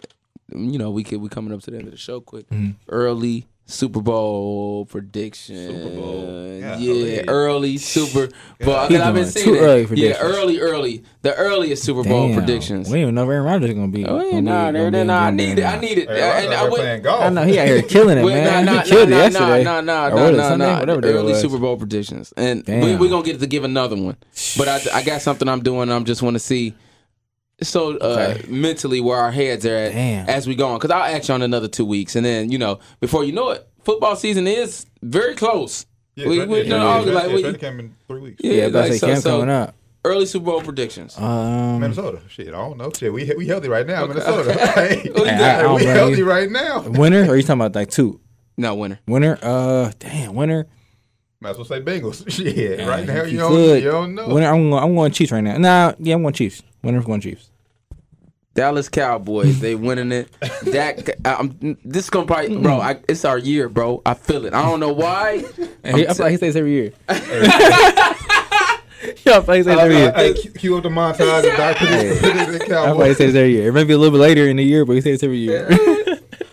C: you know, we could we coming up to the end of the show quick.
D: Mm-hmm.
C: Early Super Bowl prediction.
E: Super Bowl.
C: Yeah,
E: Yeah, early.
C: early Super Bowl. I
D: He
C: I've been
D: doing
C: seeing
D: too
C: that.
D: early
C: yeah,
D: predictions.
C: early, early. The earliest Super Bowl
D: Damn.
C: predictions.
D: We don't even know if Aaron Rodgers is gonna be.
C: Oh,
D: gonna
C: yeah,
D: be-
C: nah,
D: gonna
C: there,
D: be
C: there,
D: in
C: nah, I
D: Game
C: need it.
D: now.
C: I need it. and
E: Hey, Russell
C: I
E: out there
C: went-
E: playing golf.
D: I know he out here killing it,
C: Wait,
D: man.
C: nah, nah,
D: he killed
C: nah,
D: it yesterday.
C: Nah, nah,
D: Or
C: nah,
D: was it
C: nah,
D: Sunday?
C: nah.
D: Whatever day it
C: Early
D: was.
C: Super Bowl predictions, and we
D: Damn.
C: we gonna get to give another one. But I I got something I'm doing. I'm just want to see. So uh,
D: Okay.
C: mentally, where our heads are at
D: Damn.
C: as we go on, because I'll ask you on another two weeks, and then you know, before you know it, football season is very close.
E: Yeah,
C: we
E: Fred-
C: we
E: yeah,
C: no,
E: yeah,
C: I was
E: Fred-
C: like,
E: yeah,
C: we-
E: Fred came in three weeks.
D: Yeah, but
C: like,
D: I say
C: so-
D: Cam
C: so-
D: coming up.
C: Early Super Bowl predictions.
D: Um,
E: Minnesota. Shit, I don't know. Shit, we we healthy right now, Minnesota.
C: Who you
D: I-
C: got?
D: I don't
E: we
D: blame
E: healthy
D: you.
E: right now.
D: winner? Or are you talking about like two?
C: no winner.
D: Winner? Uh, damn, winner.
E: Might as well say Bengals. Shit, right now
D: If
E: you don't,
D: could,
E: you don't know.
D: Winner, I'm going, I'm going Chiefs right now. Nah, yeah, I'm going Chiefs. Winner's going Chiefs.
C: Dallas Cowboys, they winning it. Dak, I'm, this is gonna probably, bro. I, it's our year, bro. I feel it. I don't know why.
D: And he, I feel like he stays every year. yeah, I feel like he stays every year.
E: Hey, cue- cue up the montage of Dr. the
D: I feel like he
E: Cowboys.
D: stays every year. It might be a little bit later in the year, but he stays every year.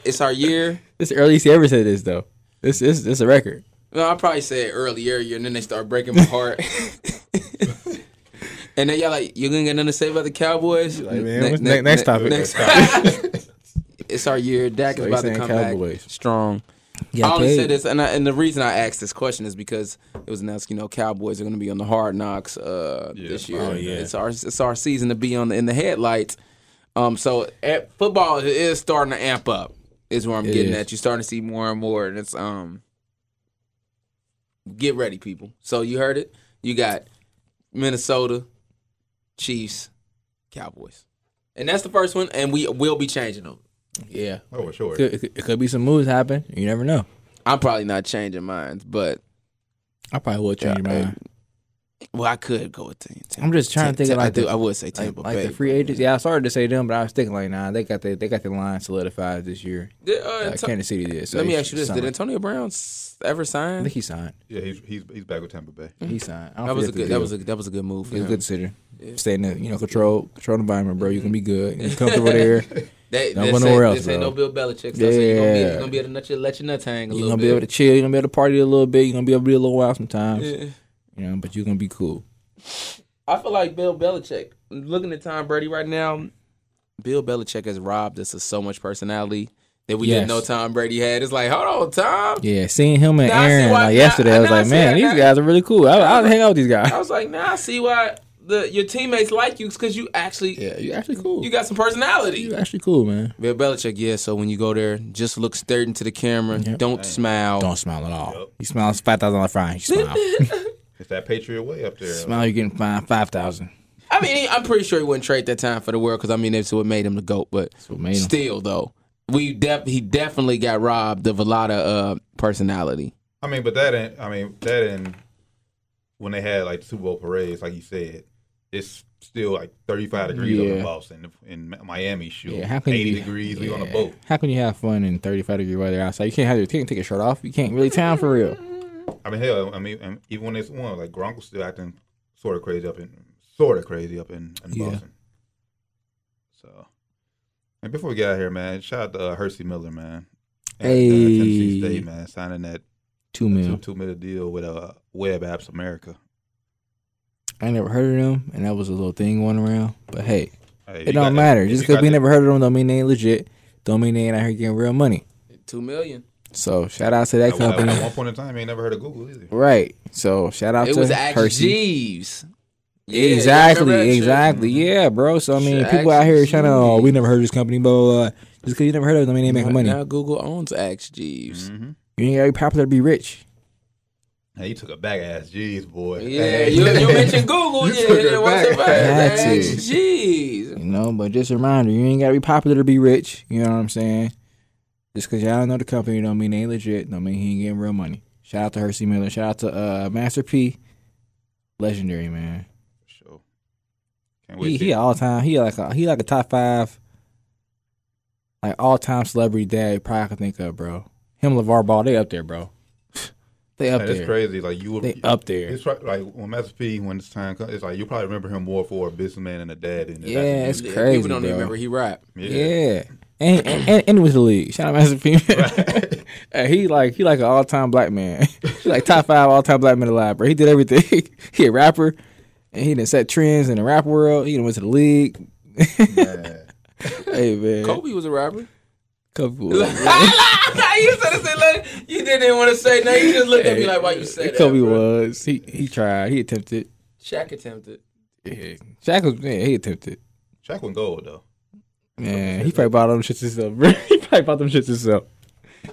C: It's our year.
D: this is the earliest he ever said this though. This is this is a record.
C: No, I probably said earlier, and then they start breaking my heart. and then y'all like, you gonna get nothing to say about the Cowboys? Like,
D: man, what's ne- next topic.
C: it's our year. Dak
D: So
C: is
D: you
C: about to
D: saying
C: come
D: Cowboys.
C: back strong.
D: Yeah,
C: I only said this, and, I, and the reason I asked this question is because it was announced, you know, Cowboys are going to be on the Hard Knocks uh, this year.
D: Oh, yeah.
C: It's our it's our season to be on the, in the headlights. Um, so at, football is starting to amp up. Is where I'm
D: It
C: getting
D: is.
C: at. You're starting to see more and more, and it's um, get ready, people. So you heard it. You got Minnesota, Chiefs, Cowboys, and that's the first one. And we will be changing them.
D: Yeah,
E: Oh, well, sure.
D: it could, it could- it could be some moves happen. You never know.
C: I'm probably not changing mine, but
D: I probably will change
C: Yeah,
D: my
C: I-
D: mind.
C: Well, I could go with Tam- Tampa.
D: I'm just trying to think of,
C: Tam- I
D: like,
C: do.
D: the-
C: I would say Tampa
D: Like, like
C: Bay.
D: the free agents. Yeah, I started to say them, but I was thinking like, nah, they got their they got their line solidified this year.
C: Did, uh,
D: Uh,
C: Anto-
D: Kansas City did. So
C: let me
D: he
C: ask you this:
D: signed.
C: Did Antonio Brown s- ever
D: I
C: sign?
D: think he signed.
E: Yeah, he's, he's he's back with Tampa Bay.
D: He signed. I don't
C: Mm-hmm. that was a
D: forget the
C: good. That
D: deal.
C: was a that was a good move. for
D: It was a
C: him.
D: good decision. Stay in the you know control control the environment, bro. You can be good. You're comfortable there.
C: They,
D: Don't
C: this
D: go
C: ain't-
D: nowhere else,
C: This ain't
D: bro.
C: no Bill Belichick stuff. So you're gonna be,
D: Yeah.
C: you're gonna be able to nut your, let your nuts hang a
D: You're
C: little
D: gonna
C: bit.
D: be able to chill. You're gonna be able to party a little bit. You're gonna be able to be a little wild sometimes. You know, but you're gonna be cool.
C: I feel like Bill Belichick. Looking at Tom Brady right now, Bill Belichick has robbed us of so much personality that we didn't
D: Yes.
C: know Tom Brady had. It's like, hold on, Tom.
D: Yeah, seeing him and
C: Now I see
D: Aaron
C: why-
D: like
C: now-
D: yesterday, I was
C: now I
D: like,
C: see
D: man,
C: that-
D: these
C: now-
D: guys are really cool. I, I'll hang out with these
C: I
D: guys.
C: was like, nah, I see why the your teammates like you because you actually
D: Yeah, you actually cool.
C: you
D: You
C: got some personality.
D: actually cool, man.
C: Bill Belichick, yeah. So when you go there, just look straight into the camera. Don't smile.
D: Don't smile at all. You smile five thousand dollar fine. You smile.
E: It's that Patriot way up there.
D: smile. You're getting fined five thousand.
C: I mean, he- I'm pretty sure he wouldn't trade that time for the world because I mean, that's what made him the goat. But
D: what made him.
C: still, though, we def- he definitely got robbed of a lot of uh, personality.
E: I mean, but that and I mean that and when they had like Super Bowl parades, like you said, it's still like 35 degrees on
D: Yeah.
E: the Boston in Miami. Shoot,
D: Yeah, how can
E: 80
D: you be-
E: degrees? We on a
D: yeah.
E: boat.
D: How can you have fun in 35 degree weather outside? You can't have your, you can't take your shirt off. You can't really tan for real.
E: I mean, hell, I mean, and even when it's one, like Gronk was still acting sort of crazy up in sort of crazy up in, in
D: Yeah.
E: Boston. So, and before we get out here, man, shout out to uh, Hersey Miller, man. At, uh,
D: Hey.
E: Tennessee State, man, signing that
D: Two
E: two
D: mil.
E: two million deal with uh, Web Apps America.
D: I never heard of them, and that was a little thing going around. But hey,
E: Hey,
D: it don't matter. Just because we never heard of them, don't mean they ain't legit. Don't mean they ain't out here getting real money.
C: Two million.
D: So shout out to that
E: At one, at
D: company.
E: one point in time, you ain't never heard of Google either.
D: Right. So shout out
C: It
D: to
C: was actually
D: Hershey.
C: Jeeves. Yeah, you remember that
D: exactly.
C: shit? Mm-hmm.
D: Exactly. Yeah, bro. So I mean,
C: Shit,
D: people out here trying to, oh,
C: Jeeves.
D: we never heard of this company, blah blah. blah. Just because you never heard of them, don't mean they ain't making money.
C: Now Google owns Axe Jeeves.
D: You ain't gotta be popular to be rich.
E: Hey, you took a back ass, jeez, boy.
C: Yeah,
E: Hey.
C: you, you mentioned Google.
E: You
C: yeah,
E: took it
C: yeah, what's
E: back.
C: about
D: Had to.
C: Axe Jeeves.
D: You know, but just a reminder, you ain't gotta be popular to be rich. You know what I'm saying? Just cause y'all don't know the company don't mean they ain't legit, don't mean he ain't getting real money. Shout out to Hersey Miller, shout out to uh Master P. Legendary man.
E: Sure. Can't
D: he
E: wait.
D: he
E: to
D: all time he like a he like a top five like all time celebrity dad you probably could think of, bro. Him LeVar Ball, they up there, bro. they up
E: Man,
D: there.
E: it's crazy. Like you,
D: They up there.
E: It's right, like when Master P, when this time comes, it's like you probably remember him more for a businessman and a dad. Than
D: Yeah,
E: that's-
D: it's
C: Yeah,
D: crazy.
C: People don't
D: bro.
C: even remember he rap.
D: Yeah. And, and, and, and it was the league. Shout out Master P. Uh, he like he like an all time black man. he like top five all time black men alive, bro. He did everything. he a rapper, and he done set trends in the rap world. He done went to the league.
E: Man.
D: Hey man,
C: Kobe was a rapper.
D: Kobe,
C: you
D: was-
C: said it, said, like, you didn't want to say nothing. You just looked at me like, why you say that?
D: Kobe
C: bro?
D: was he he tried. He attempted.
C: Shaq attempted.
D: Yeah. Shaq was yeah, he attempted.
E: Shaq went gold though.
D: Man, he probably bought them shits himself. bro. he probably bought them shits himself.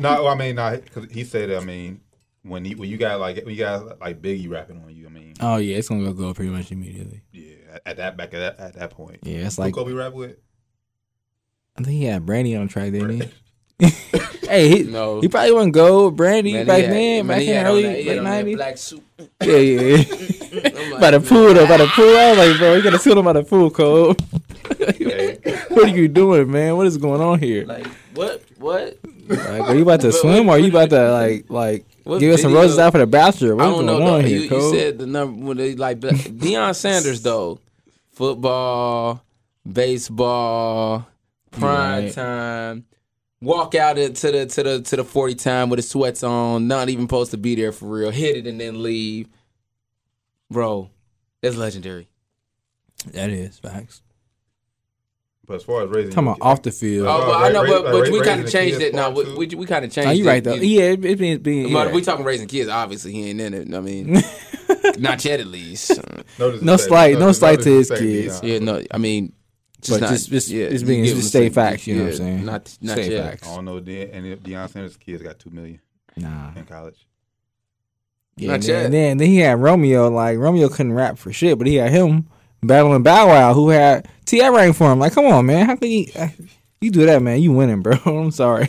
E: No, I mean, no, because he said, I mean, when he, when you got like, when you got like Biggie rapping on you, I mean,
D: Oh yeah, it's gonna go gold pretty much immediately.
E: yeah, at, at that back at that, at that point.
D: Yeah, it's
E: Who
D: like
E: Kobe rap with?
D: I think he had Brandy on the track, didn't he? hey, he,
C: No.
D: he probably wasn't gold. Brandy
C: Man, he
D: back
C: had-
D: then,
C: man,
D: back
C: he had
D: in
C: on
D: early
C: that- he had
D: late
C: on that
D: nineties.
C: Black suit.
D: Yeah, yeah. yeah.
C: I'm like,
D: by the pool, though, by the pool. I was like, bro, you gotta seal him by the pool, Cole.
E: Hey,
D: what are you doing, man? What is going on here? Like,
C: like what? What?
D: are you about to swim or are you about to like like
C: What
D: give us some
C: video-
D: roses out for the bachelor? What's
C: I don't know.
D: going
C: Though.
D: on
C: You,
D: here,
C: you
D: Cole?
C: said the number when they like Black- Deion Sanders though, football, baseball, prime
D: Right.
C: time. Walk out into the to the to the forty time with his sweats on, not even supposed to be there for real. Hit it and then leave, bro. That's legendary.
D: that is facts.
E: but as far as raising,
D: Talking about off the field.
E: Oh,
C: Oh, but I
E: right,
C: know,
E: right,
C: but,
E: right,
C: but
E: right,
C: we kind
E: raising
C: of
E: the
C: changed
E: kids
C: it now.
E: part
C: We,
E: too.
C: we, we kind of changed.
D: Oh, you
C: it.
D: right though.
C: You-
D: Yeah, it, it been being.
C: But
D: yeah.
C: if we talking raising kids, obviously he ain't in it. I mean, not yet at least.
E: Notice
D: No
E: the fact-
D: slight- no
E: notice-
D: slight
E: notice
D: to
E: the
D: his
E: fact,
D: kids.
E: Dion.
C: Yeah, no, I mean, just
D: But
C: not,
D: just- just-
C: yeah,
D: just being-
C: you get
D: just
C: what
D: stay
C: I'm saying.
D: facts, you know what I'm
C: Yeah,
D: saying?
C: Not, not
D: Stay
C: yet.
D: facts.
E: I don't know. De- and if Deion Sanders' kids got two million
D: nah.
E: in college.
D: Yeah,
C: Not
D: and
C: yet.
D: then, then then he had Romeo. Like Romeo couldn't rap for shit, but he had him battling Bow Wow, who had Ti rank for him. Like, come on, man, how can you uh, you do that, man? You winning, bro. I'm sorry,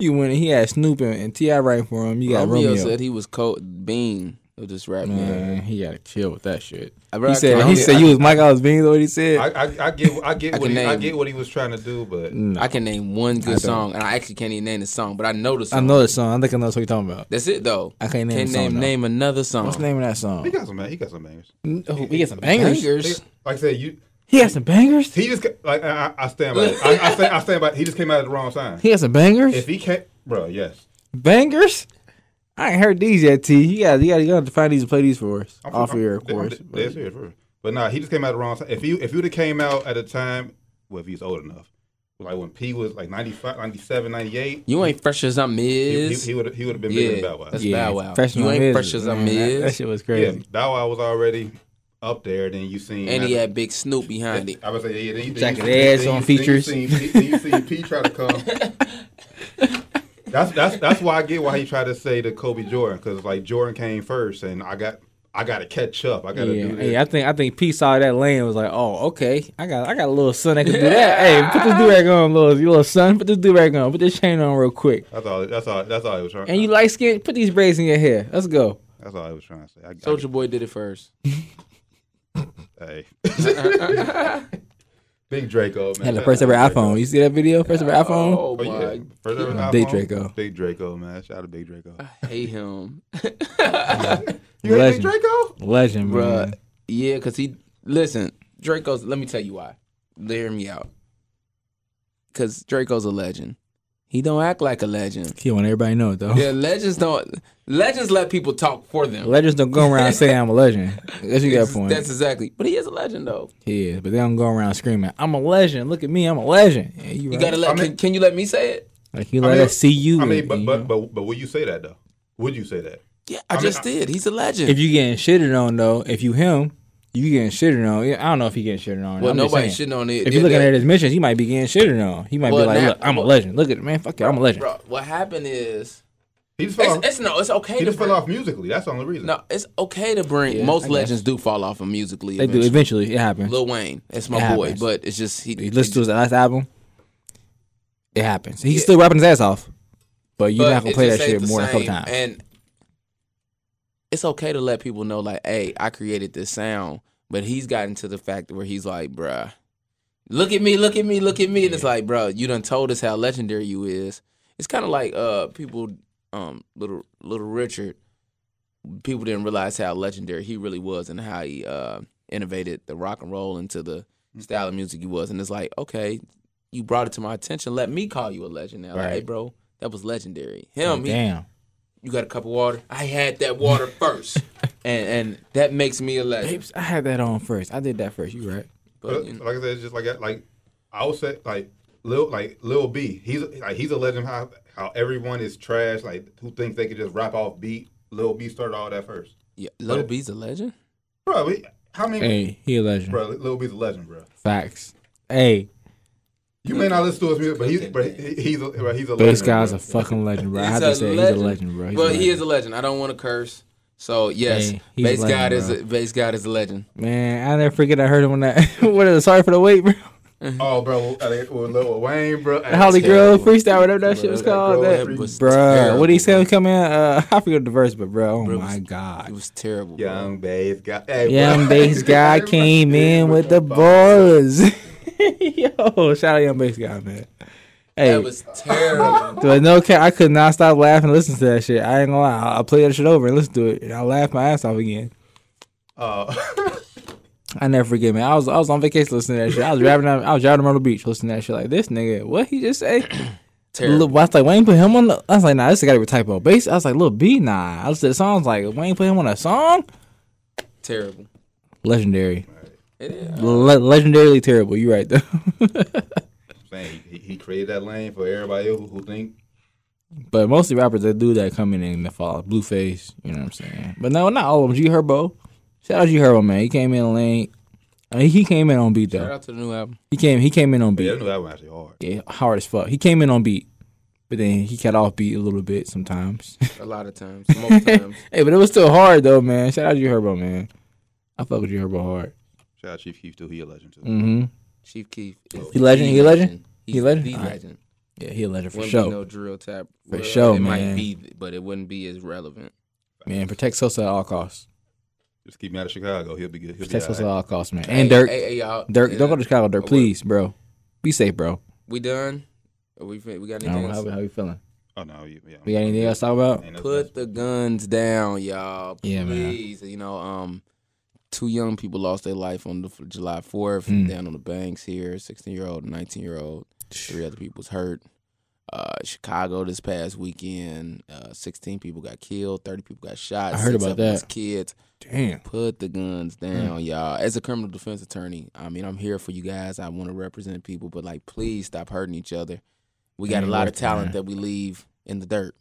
D: you winning. He had Snoop and, and Ti rank for him. You got
C: Romeo,
D: Romeo.
C: said he was cold bean of this rap man.
D: Man, he got to chill with that shit.
C: Bro,
D: he
C: I
D: said
C: can't-
D: he
C: I
D: said
C: can-
D: you was Mike. I was being what he said.
E: I, I, I get I get
C: I
E: what
C: can
E: he, I
C: name-
E: get what he was trying to do, but
C: I can name one good song, and I actually can't even name the song, but I know the song.
D: I know the song. I think I know what you're talking about.
C: That's it though.
D: I can't name
C: Can't
D: the song,
C: name,
D: though.
C: name another song.
D: What's the name of that song?
E: he got some he got some bangers.
D: Oh, we got some
E: He-
C: Bangers.
E: Like I said, you
D: He got some bangers.
E: he just ca- like I, I I stand by. It. I, I stand I stand by. It. He just came out at the wrong time.
D: He got some bangers.
E: If he can't, bro, yes.
D: Bangers? I ain't heard these yet, T. You got you got you got to find these and play these for us.
E: I'm-
D: Off
E: I'm-
D: air, of
E: I'm-
D: course.
E: I'm dead serious, bro. But nah, he just came out at the wrong time. If he if he would have came out at a time, well, if he's old enough, like when P was like 95, 97, 98,
C: You ain't fresh as I'm
E: he,
C: is.
E: he would he would have been bigger
C: Yeah,
E: than Bow Wow.
C: that's
D: Yeah,
C: Bow Wow.
D: Fresh
C: You
D: on
C: ain't
D: Miz,
C: fresh as I'm
D: man. That, that
C: is.
D: shit was
E: Yeah,
D: crazy.
E: Bow Wow was already up there. Then you seen
C: And he had Big Snoop behind it.
E: I was like, yeah, then you,
D: Jacket
E: then you-
D: ass
E: then you-
D: on
E: then you
D: features.
E: seen P- Then you seen P try to come. that's that's that's why I get why he tried to say to Kobe Jordan because like Jordan came first, and I got I got to catch up. I got to
D: Yeah,
E: do this.
D: hey, I think I think P saw that lane and was like, "Oh, okay, I got I got a little son that can do that." Hey, put this do rag on, little you little son. Put this do rag on. Put this chain on real quick.
E: that's all. That's all. That's all he was trying. uh,
D: And you light skin, put these braids in your hair. Let's go.
E: that's all he was trying to say. I, I,
C: Soldier Boy did it first.
E: Hey. Big Draco, man.
D: Had the first ever
E: Big Draco.
D: iPhone. You see that video? First ever iPhone.
C: Oh
E: Oh, yeah.
C: my,
E: First ever iPhone.
D: Big Draco.
E: Big Draco, man. Shout out to Big Draco.
C: I hate him.
E: You hate Big
D: Legend.
E: Draco?
D: Legend, bro.
C: Bruh. Yeah, because he listen, Draco's let me tell you why. Hear me out. Cause Draco's a legend. He don't act like a legend.
D: He want everybody to know it though.
C: Yeah, legends don't legends let people talk for them.
D: Legends don't go around saying I'm a legend. That's you got
C: That's,
D: point.
C: that's exactly. But he is a legend though.
D: Yeah, but they don't go around screaming, "I'm a legend! Look at me, I'm a legend!" Yeah, you,
C: You
D: right.
C: gotta let
E: I mean-
C: can, can you let me say it?
D: like you
E: I
D: let
E: mean-
D: us see you.
E: I mean,
D: and-
E: but
D: and, you
E: but,
D: know.
E: but but would you say that though? Would you say that?
C: Yeah, I,
E: mean,
C: just
E: I-
C: did. He's a legend.
D: if you getting shitted on though, if you him, you getting shitted on. Yeah, I don't know if he getting shitted on.
C: well
D: I'm just
C: nobody
D: saying.
C: shitting on it.
D: If you
C: Yeah,
D: looking
C: that-
D: at his missions, he might be getting shitted on. He might
C: Well,
D: be like,
C: now-
D: "Look, I'm a legend. Look at it, man. Fuck it, I'm a legend."
C: bro, what happened is
E: He just fell
C: it's,
E: off.
C: it's no, it's okay
E: he
C: to
E: just fell
C: bring,
E: off musically. That's the only reason.
C: no, it's okay to bring
D: Yeah, I
C: most
D: guess.
C: legends do fall off of musically.
D: they do eventually. It happens.
C: Lil Wayne, it's
D: It
C: my boy,
D: happens.
C: but it's just he,
D: you listen to his last album. It happens. He's still rapping his ass off, but you're
C: But
D: not gonna
C: it
D: play
C: just
D: that
C: ain't the
D: shit more than a couple
C: same,
D: times.
C: And it's okay to let people know, like, hey, I created this sound, but he's gotten to the fact where he's like, bruh, look at me, look at me, look at me. And it's like, bruh, you done told us how legendary you is. It's kind of like uh people, um, little little Richard. People didn't realize how legendary he really was and how he uh, innovated the rock and roll into the
D: Mm.
C: style of music he was. And it's like, okay, you brought it to my attention. Let me call you a legend now. Like,
D: Right.
C: hey, bro, that was legendary. Him, he,
D: Damn.
C: you got a cup of water. I had that water first, and and that makes me a legend.
D: Apes, I had that on first. I did that first. You right?
C: But you know,
E: like I said, it's just like that- like I would say like Lil like Lil B. He's like he's a legend. How how everyone is trash. Like who thinks they could just rap off beat. Lil B started all that first.
C: yeah, Lil B's a legend.
E: Bro, we- how many?
D: Hey, he a legend.
E: Bro, Lil B's a legend, bro.
D: Facts. Hey,
E: You may not listen to his music, but he's but he- he's a, bro, he's a
D: But
E: legend.
D: this guy's
E: bro.
D: a fucking legend, bro. I have to say, he's a legend, bro. He's
C: but
D: a
C: he is
D: legend.
C: a legend. I don't want to curse, So yes,
D: Hey, he's a
C: base god
D: legend,
C: is
D: bro.
C: a, base god is a legend.
D: Man, I never forget I heard him on that. what is it? Sorry for the wait, bro.
E: Oh, bro, uh, with Lil Wayne, bro.
D: The Holly
C: terrible.
D: Grove freestyle, whatever that shit was
E: that girl
D: called.
E: was
D: That,
E: freaking- was
D: bro,
C: terrible,
D: what he said
C: bro.
D: was coming out. Uh, I forget the verse, but bro, oh
C: Bro, it
D: my
C: was- It
D: god.
C: was terrible. bro.
E: Young bass guy. Hey, bro.
D: Young bass guy came in with the boys. Yo, shout out Young bass guy, man. Hey,
C: That was terrible.
D: But no cap, I could not stop laughing and listening to that shit. I ain't gonna lie. I, I play that shit over and listen to it, and I laugh my ass off again.
E: Oh.
D: I never forget, man. I was I was on vacation listening to that shit. I was driving down, I was driving to Myrtle Beach listening to that shit. Like this nigga, what he just say? Lil,
C: terrible.
D: I was like Wayne put him on. The, I was like, nah, this got to be a typo. Base. I was like, Lil B, nah. I listened to the songs like Wayne put him on a song.
C: terrible.
D: Legendary,
C: It is.
D: Le- legendarily terrible. You right though.
E: Man, he, he created that lane for everybody else who think.
D: but mostly rappers that do that come in and they fall. Blueface, you know what I'm saying? But no, not all of them. G Herbo. Shout out G Herbo, man. He came in lane. I mean, he came in on beat
C: Shout
D: though.
C: out to the new album.
D: He came. He came in on
E: Yeah, I
D: beat.
E: knew that one actually hard.
D: Yeah, hard as fuck. He came in on beat, but then he cut off beat a little bit sometimes.
C: A lot of times, most times.
D: hey, but it was still hard though, man. Shout out G Herbo, man. I fuck with G Herbo hard.
E: Shout out Chief Keef too. He a legend too.
D: Mm-hmm.
C: Chief Keith.
D: He legend? He legend?
C: He's
D: He legend?
C: The
D: Alright.
C: legend.
D: Yeah, he a legend for
C: Wouldn't
D: sure.
C: be no drill tap.
D: For sure,
C: it
D: man.
C: might be, but it wouldn't be as relevant.
D: man, protect Sosa at all costs.
E: Just keep me out of Chicago. He'll be good. He'll be
D: Protect
E: all
D: Sosa at
E: right.
D: all costs, man.
C: Hey,
D: And Dirk,
C: hey, hey, y'all.
D: Dirk,
C: Yeah.
D: don't go to Chicago, Dirk,
C: Oh,
D: please, bro. Be safe, bro.
C: We done? Are we fin- we got
D: I don't
C: anything?
D: know,
C: else?
D: how, how you feeling?
E: Oh no, you- yeah.
D: We got anything else to talk about?
E: Ain't nothing else.
C: Put the guns down, y'all.
D: Yeah, man.
C: please. You know, um, two young people lost their life on the f- July fourth
D: Mm.
C: down on the banks here. Sixteen year old, nineteen year old. Three other people was hurt. Uh, Chicago this past weekend, uh, sixteen people got killed, thirty people got shot.
D: I heard
C: six
D: about
C: of them was
D: that. Hmm.
C: Kids,
D: Damn.
C: put the guns down, y'all. As a criminal defense attorney, I mean, I'm here for you guys. I want to represent people, but like, please stop hurting each other. We got a
D: Ain't
C: lot of
D: working, man.
C: talent that we leave in the dirt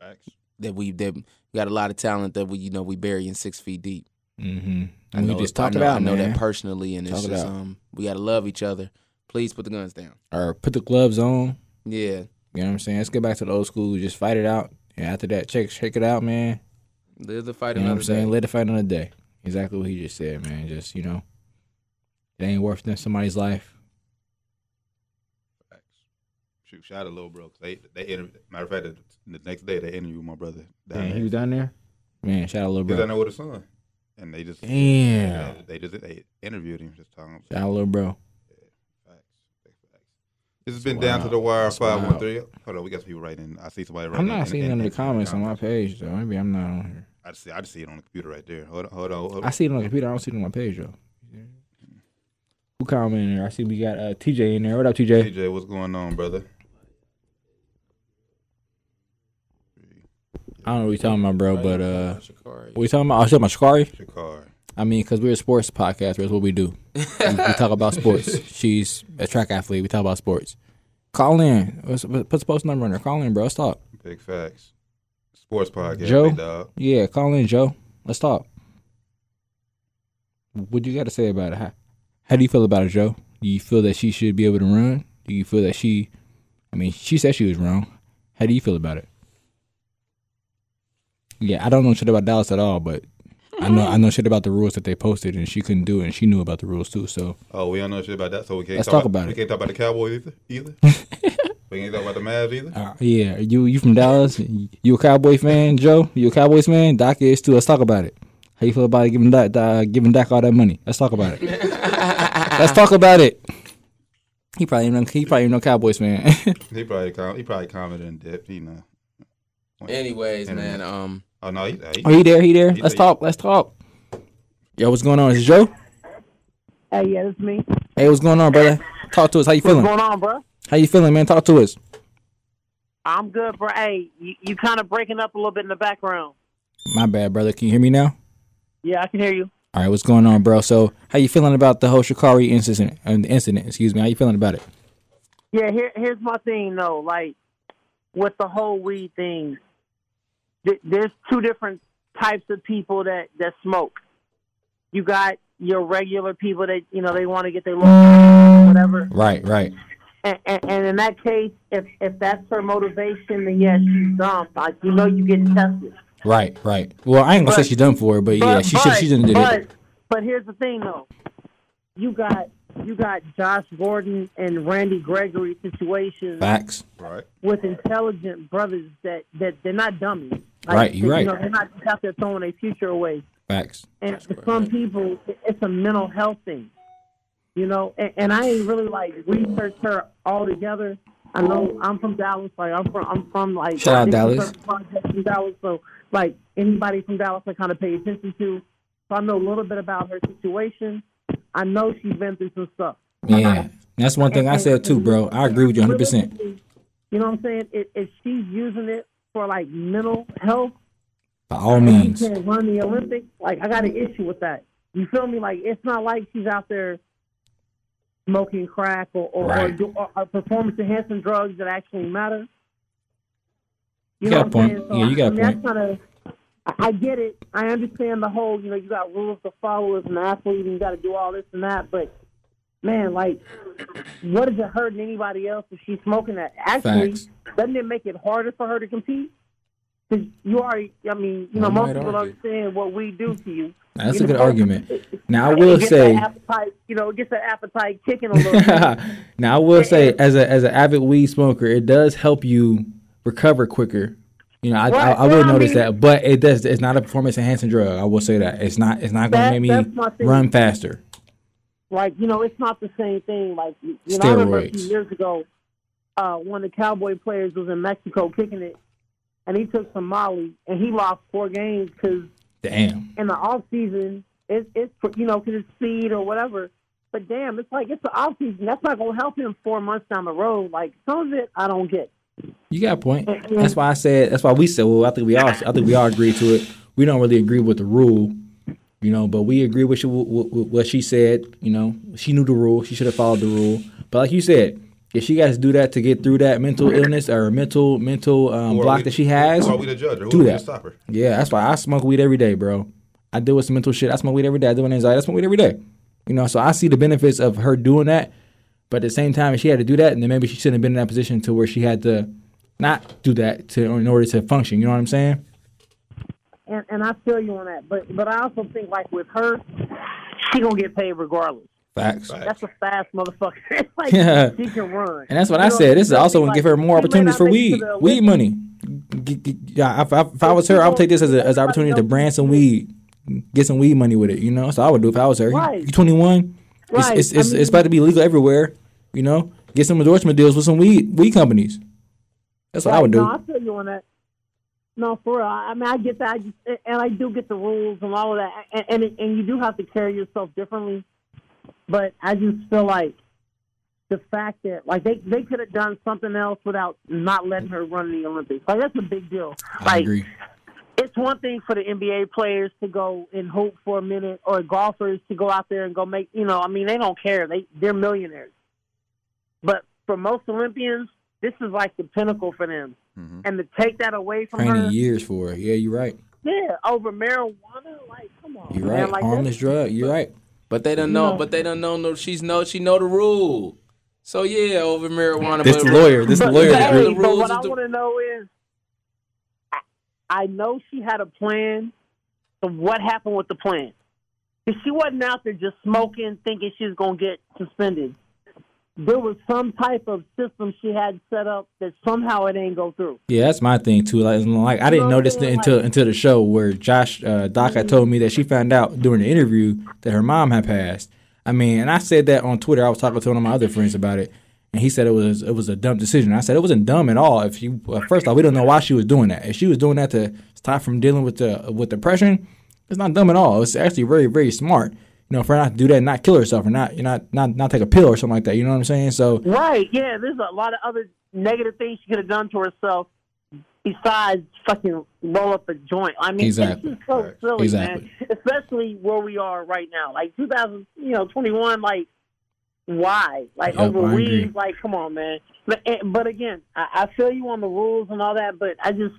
E: Facts.
C: that we that we got a lot of talent that we you know we bury in six feet deep.
D: Mm-hmm.
C: I
D: we
C: know
D: just
C: it- I
D: talked
C: know-
D: about
C: I know
D: man.
C: that personally, and it's
D: Talk it
C: just
D: out.
C: um we gotta love each other. Please put the guns down.
D: or put the gloves on.
C: Yeah,
D: You know what I'm saying? Let's get back to the old school. Just fight it out. And after that, check check it out, man.
C: live the fight
D: You know what
C: another
D: I'm saying?
C: day.
D: Let it fight another day. Exactly what he just said, man. Just you know, it ain't worth nothing somebody's life.
E: Facts. Shoot, shout out to Lil Bro. 'cause They, they interview, matter of fact, the, the next day they interviewed my brother. down
D: Damn,
E: there.
D: he was down there. Man, shout out little
E: Because I
D: bro.
E: know what his son. And they just
D: Damn,
E: they, they just they interviewed him just talking about
D: shout out little bro.
E: facts. Facts, facts. This has been down to the wire
D: That's
E: five one
D: wild.
E: three. Hold on, we got some people writing. I see somebody writing.
D: I'm not
E: in-
D: seeing
E: in-
D: none of
E: in-
D: the comments on my
E: comments.
D: page though. Maybe I'm not on here.
E: I just see I just see it on the computer right there. Hold on, hold on. Hold
D: I
E: on.
D: see it on the computer. I don't see it on my page though. Who commented in there? I see we got uh, TJ in there. What up, TJ?
E: TJ, what's going on, brother?
D: I don't know what you're talking about, bro, but uh,
C: Shakari.
D: what you talking about? Oh, I was talking about Shikari.
E: Your car.
D: I mean, because we're a sports podcast. That's what we do. we, we talk about sports. She's a track athlete. We talk about sports. Call in. Let's- Put the post number in there. Call in, bro. Let's talk.
E: Big facts. Sports podcast.
D: Joe?
E: Big dog.
D: Yeah, call in, Joe. Let's talk. What you got to say about it? How, how do you feel about it, Joe? Do you feel that she should be able to run? Do you feel that she? I mean, she said she was wrong. How do you feel about it? Yeah, I don't know shit about Dallas at all, but I know I know shit about the rules that they posted, and she couldn't do it, and she knew about the rules too. So
E: Oh, we don't know shit about that, so we can't
D: Let's talk about
E: We
D: it.
E: can't talk about the Cowboys either. Either. we can't talk about the Mavs either.
D: Uh, yeah, you you from Dallas? You a Cowboy fan, Joe? You a Cowboys fan? Doc is too. Let's talk about it. How you feel about giving Doc uh, giving Doc all that money? Let's talk about it. Let's talk about it. He probably ain't no, he probably ain't no Cowboys fan.
E: He probably com- he probably commented in depth. You know.
C: Anyways,
E: Internet.
C: man, um,
E: Oh no, he, he,
D: Are you there? He there?
E: He
D: Let's
E: there.
D: talk. Let's talk. Yo, what's going on? Is it Joe?
F: Hey, yeah, it's me. What's
D: Hey, what's going on, brother? Talk to us. How you feeling?
F: going on, bro?
D: How you feeling, man? Talk to us.
F: I'm good, bro. Hey, you, you kind of breaking up a little bit in the background.
D: My bad, brother. Can you hear me now?
F: Yeah, I can hear you.
D: All right, what's going on, bro? So, how you feeling about the whole Shikari incident? Uh, the incident, excuse me. How you feeling about it?
F: Yeah, here, here's my thing though. Like with the whole weed thing, th- there's two different types of people that that smoke. You got your regular people that you know they want to get their little whatever,
D: Right, right.
F: and, and, and in that case, if if that's her motivation, then yes, she's dumb. Like you know, you get tested.
D: Right, right. Well, I ain't gonna
F: But-
D: say she's done for, but, yeah, she should. She didn't did
F: but,
D: it.
F: But here's the thing, though. You got you got Josh Gordon and Randy Gregory situations
D: Facts.
E: Right.
F: with intelligent brothers that, that they're not dummies.
D: Right, you're
F: You
D: right.
F: know, they're not just out there throwing their future away.
D: Facts.
F: And for some people, it- it's a mental health thing. You know, and, and I ain't really like researched her altogether. I know I'm from Dallas, like I'm from I'm from like
D: Shout out
F: this is
D: Dallas.
F: her project from Dallas, so like anybody from Dallas I kind of pay attention to. So I know a little bit about her situation. I know she's been through some stuff.
D: Yeah, that's one thing I said too, bro. I agree with you 100. percent
F: You know what I'm saying? If, if she's using it for like mental health,
D: By all means,
F: she can't run the Olympics. Like I got an issue with that. You feel me? Like it's not like she's out there smoking crack or or, or,
D: Right.
F: do, or, or performance enhancing drugs that actually matter.
D: You got a
F: what I'm
D: point.
F: saying? So,
D: Yeah, you got a
F: I mean, that's
D: point.
F: Kinda, I- I get it. I understand the whole. You know, you got rules to follow as an athlete, and you got to do all this and that. But man, like, what is it hurting anybody else if she's smoking that? Actually,
D: Facts.
F: doesn't it make it harder for her to compete? Because you already, I mean, you know,
C: One
F: most
C: might
F: people
C: argue.
F: understand what we do to you.
D: that's
F: You
D: a good
F: know,
D: argument. Now I
F: it
D: will
F: gets
D: say.
F: that appetite, you know, it gets that appetite kicking a little. bit.
D: now I will say, as a as an avid weed smoker, it does help you recover quicker. You know, I, I,
F: Right,
D: I will
F: yeah, I
D: notice
F: mean-
D: that, but it does. It's not a performance enhancing drug. I will say that it's not. It's not going
F: That-
D: to make
F: that's
D: me
F: my thing.
D: run faster.
F: like you know, it's not the same thing. Like you you know, I remember a few
D: Steroids.
F: years ago, uh, one of the Cowboy players was in Mexico kicking it, and he took some Molly, and he lost four games because
D: Damn.
F: in the off season, it's it's you know because it's speed or whatever. But damn, it's like it's the off season. That's not gonna help him four months down the road. Like some of it, I don't get.
D: You got a point. That's why I said. That's why we said. Well, I think we all. I think we all agree to it. We don't really agree with the rule, you know, but we agree with, she, with, with what she said. You know, she knew the rule. She should have followed the rule. But like you said, if she got to do that to get through that mental illness or mental mental um,
E: Who are
D: block
E: we-
D: that she has,
E: Who are we to judge? Or who
D: do
E: are we to
D: that.
E: stop her?
D: Yeah, that's why I smoke weed every day, bro. I deal with some mental shit. I smoke weed every day. I deal with anxiety. I smoke weed every day. You know, so I see the benefits of her doing that. But at the same time, if she had to do that, and then maybe she shouldn't have been in that position to where she had to not do that to in order to function. You know what I'm saying?
F: And and I feel you on that. But but I also think like with her, she gonna get paid regardless.
D: Facts.
E: Right.
F: That's a fast motherfucker. It's like
D: Yeah.
F: she can run.
D: And that's what
F: You
D: I
F: know,
D: said. This is
F: she
D: also
F: may,
D: gonna
F: like-
D: give her more
F: she may
D: opportunities
F: not
D: for
F: make it to
D: weed,
F: the
D: weed
F: Olympics.
D: money. G- g- Yeah, if, if, if I was her, I would take this as a as an opportunity to brand some weed, get some weed money with it. You know, so I would do if I was her.
F: Right.
D: You 21. It's
F: Right.
D: it's,
F: I
D: it's,
F: mean-
D: it's about to be legal everywhere. You know, get some endorsement deals with some weed weed companies. That's what I
F: Right,
D: would do.
F: No, I feel you on that. No, for real. I I mean, I get that, I just, and I do get the rules and all of that, and and, it, and you do have to carry yourself differently. But I just feel like the fact that like they they could have done something else without not letting her run the Olympics. Like that's a big deal.
D: I
F: Like
D: agree.
F: it's one thing for the NBA players to go and hoop for a minute, or golfers to go out there and go make. You know, I mean, they don't care. They they're millionaires. But for most Olympians, this is like the pinnacle for them, and to take that away from
D: Training
F: her,
D: years for it. Yeah, you're right.
F: yeah, over marijuana, like come on,
D: You're
F: man,
D: right.
F: like
D: Harmless drug. You're right.
C: But they don't know. But they don't know. No, she's know. She know the rule. So yeah, over marijuana.
D: This
C: but
D: the lawyer. This the
F: But-
D: lawyer.
F: but,
D: that
C: Exactly.
F: hey,
D: agree.
C: agree.
F: but what I
C: Rules is the-
F: want to know is, I, I know she had a plan. So what happened with the plan? Because she wasn't out there just smoking, thinking she was going to get suspended. There was some type of system she had set up that somehow it ain't go through.
D: Yeah, that's my thing too. Like, like I didn't
F: know
D: know
F: what
D: this
F: I'm saying?
D: until until the show where Josh uh, Doc had told me that she found out during the interview that her mom had passed. I mean, and I said that on Twitter. I was talking to one of my other friends about it, and he said it was it was a dumb decision. I said it wasn't dumb at all. If you uh, first off, we don't know why she was doing that. If she was doing that to stop from dealing with the with depression, it's not dumb at all. It's actually very very smart. You know, for her not to do that, and not kill herself, or not you not not not take a pill or something like that. You know what I'm saying? So
F: Right? Yeah. There's a lot of other negative things she could have done to herself besides fucking roll up a joint. I mean,
D: Exactly.
F: it's just so silly,
D: Exactly.
F: man. Especially where we are right now, like 2000, you know, 21. Like, why? Like
D: Yep, I
F: over
D: agree.
F: weed? Like, come on, man. But and- but again, I, I feel you on the rules and all that, but I just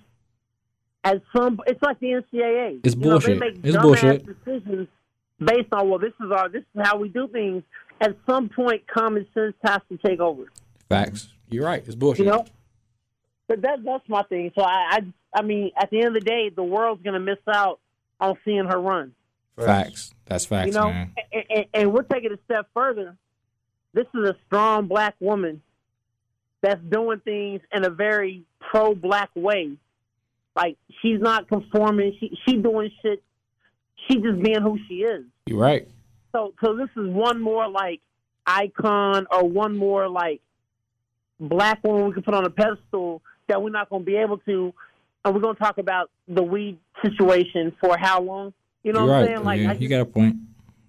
F: as some, it's like the NCAA.
D: It's
F: You
D: bullshit.
F: Know, they make
D: It's
F: dumbass
D: bullshit.
F: Decisions based on well, this is our, this is how we do things. At some point, common sense has to take over.
D: facts. You're right. It's bullshit.
F: You know, But that that's my thing. So I, I I mean, at the end of the day, the world's gonna miss out on seeing her run.
D: Facts. That's facts,
F: you know,
D: man.
F: and, and, and we'll take it a step further. This is a strong black woman that's doing things in a very pro black way. Like she's not conforming. She she doing shit. She just being who she is.
D: You right.
F: So so this is one more like icon or one more like black woman we can put on a pedestal that we're not going to be able to. And we're going to talk about the weed situation for how long? You know
D: You're
F: what I'm
D: right.
F: saying? Like
D: yeah,
F: I
D: you
F: just-
D: got a point.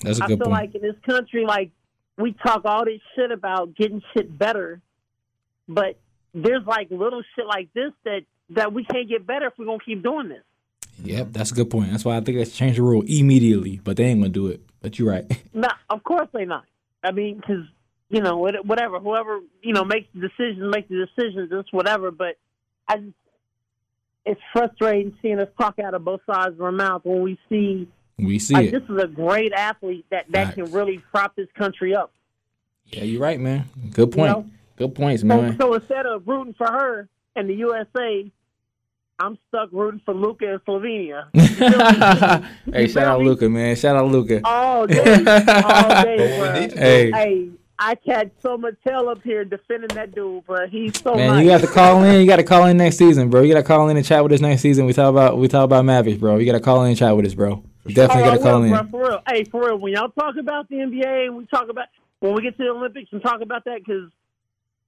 D: That's a
F: I
D: good
F: feel
D: point.
F: like in this country, like we talk all this shit about getting shit better, but there's like little shit like this that that we can't get better if we're gonna keep doing this.
D: Yep, that's a good point. That's why I think let's change the rule immediately. But they ain't gonna do it. But you're right.
F: No, of course they not. I mean, because you know, what- whatever, whoever you know makes the decisions, make the decisions, it's whatever. But I, just, it's frustrating seeing us talk out of both sides of our mouth when we see
D: we see
F: like
D: it.
F: this is a great athlete that that can
D: Facts.
F: really prop this country up.
D: Yeah, you're right, man. Good point.
F: know?
D: Good points,
F: So,
D: man.
F: so instead of rooting for her and the USA, I'm stuck rooting for Luca and Slovenia.
D: hey, shout out
F: me?
D: Luca, man. Shout out Luca.
F: All day, all day, bro.
D: Hey,
F: Hey, I catch so much hell up here defending that dude, bro. He's so
D: man,
F: nice.
D: you got to call in. You got to call in next season, bro. You got to call in and chat with us next season. We talk about we talk about Mavic, bro. You got to call in and chat with us, bro. You
F: Oh,
D: definitely got to
F: I
D: call
F: will, bro,
D: in.
F: for real. Hey, for real. When y'all talk about the NBA and we talk about when we get to the Olympics and talk about that, because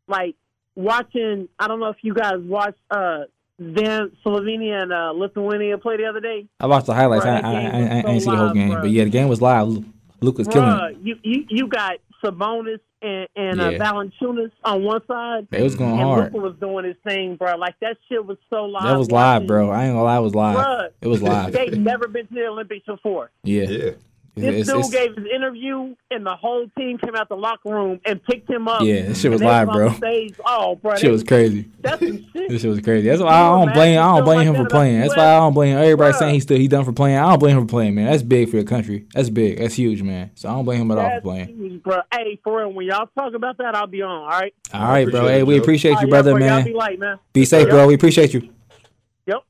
F: like watching, I don't know if you guys watched uh, them Slovenia and uh, Lithuania play the other day.
D: I watched the highlights.
F: Bro,
D: I,
F: that
D: I, I,
F: game was
D: I, I ain't see
F: so
D: the whole
F: live,
D: game,
F: bro.
D: but yeah, the game was live. Lu- Luca's killing it.
F: Bruh, You, you you got Sabonis and and uh,
D: Yeah.
F: Valanciunas on one side,
D: They was going
F: and
D: hard.
F: Luka was doing his thing, bro. Like that shit was so live.
D: That was
F: watching.
D: live, bro. I ain't gonna lie, it was live.
F: Bruh.
D: It was live.
F: They've never been to the Olympics before.
D: yeah.
E: Yeah.
F: This
D: It's-
F: dude
D: it's-
F: gave his interview, and the whole team came out the locker room and picked him up.
D: Yeah, that shit was
F: And they
D: live,
F: on
D: bro.
F: Stage. Oh, bro,
D: Shit was crazy.
F: that's some shit.
D: This shit was crazy. That's why I don't blame. I don't blame him for playing. That's why I don't blame everybody saying he's still he done for playing. I don't blame him for playing, man. That's big for the country. That's big. That's huge, man. So I don't blame him at all for
F: That's
D: playing.
F: huge, bro. Hey, for real, when y'all talk about that, I'll be on. All right,
D: All right, bro.
E: appreciate
D: Hey,
E: it,
D: we
E: Joe.
D: appreciate
F: All
D: you,
F: right,
D: brother,
F: Oh, y'all, Y'all
D: man.
F: be light, man.
D: Be safe, bro. We appreciate you.
F: Yep.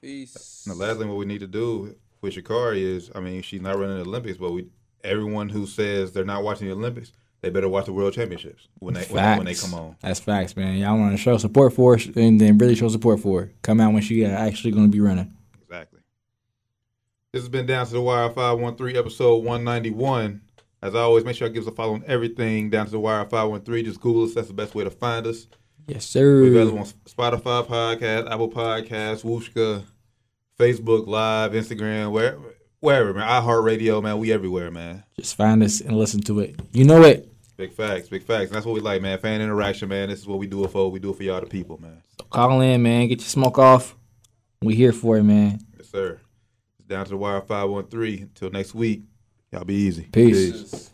C: Peace.
E: And the last thing what we need to do with Shakari is, I mean, she's not running the Olympics, but we everyone who says they're not watching the Olympics, they better watch the World Championships when they when, when they
D: Facts.
E: come on.
D: That's facts, man. Y'all want to show support for her and then really show support for her. Come out when she uh, actually going to be running.
E: Exactly. This has been Down to the Wire 513, episode 191. As always, make sure I give us a follow on everything Down to the Wire 513. Just Google us. That's the best way to find us.
D: Yes, sir.
E: We're available on Spotify podcast, Apple Podcasts, Wooshka, Facebook Live, Instagram, where, wherever, man. iHeartRadio, man. We everywhere, man.
D: Just find us and listen to it. You know it.
E: Big facts, big facts. And that's what we like, man. Fan interaction, man. This is what we do it for. We do it for y'all, the people, man.
D: Call in, man. Get your smoke off. We here for it, man.
E: Yes, sir. It's Down to the Wire 513. Until next week, y'all be easy.
D: Peace.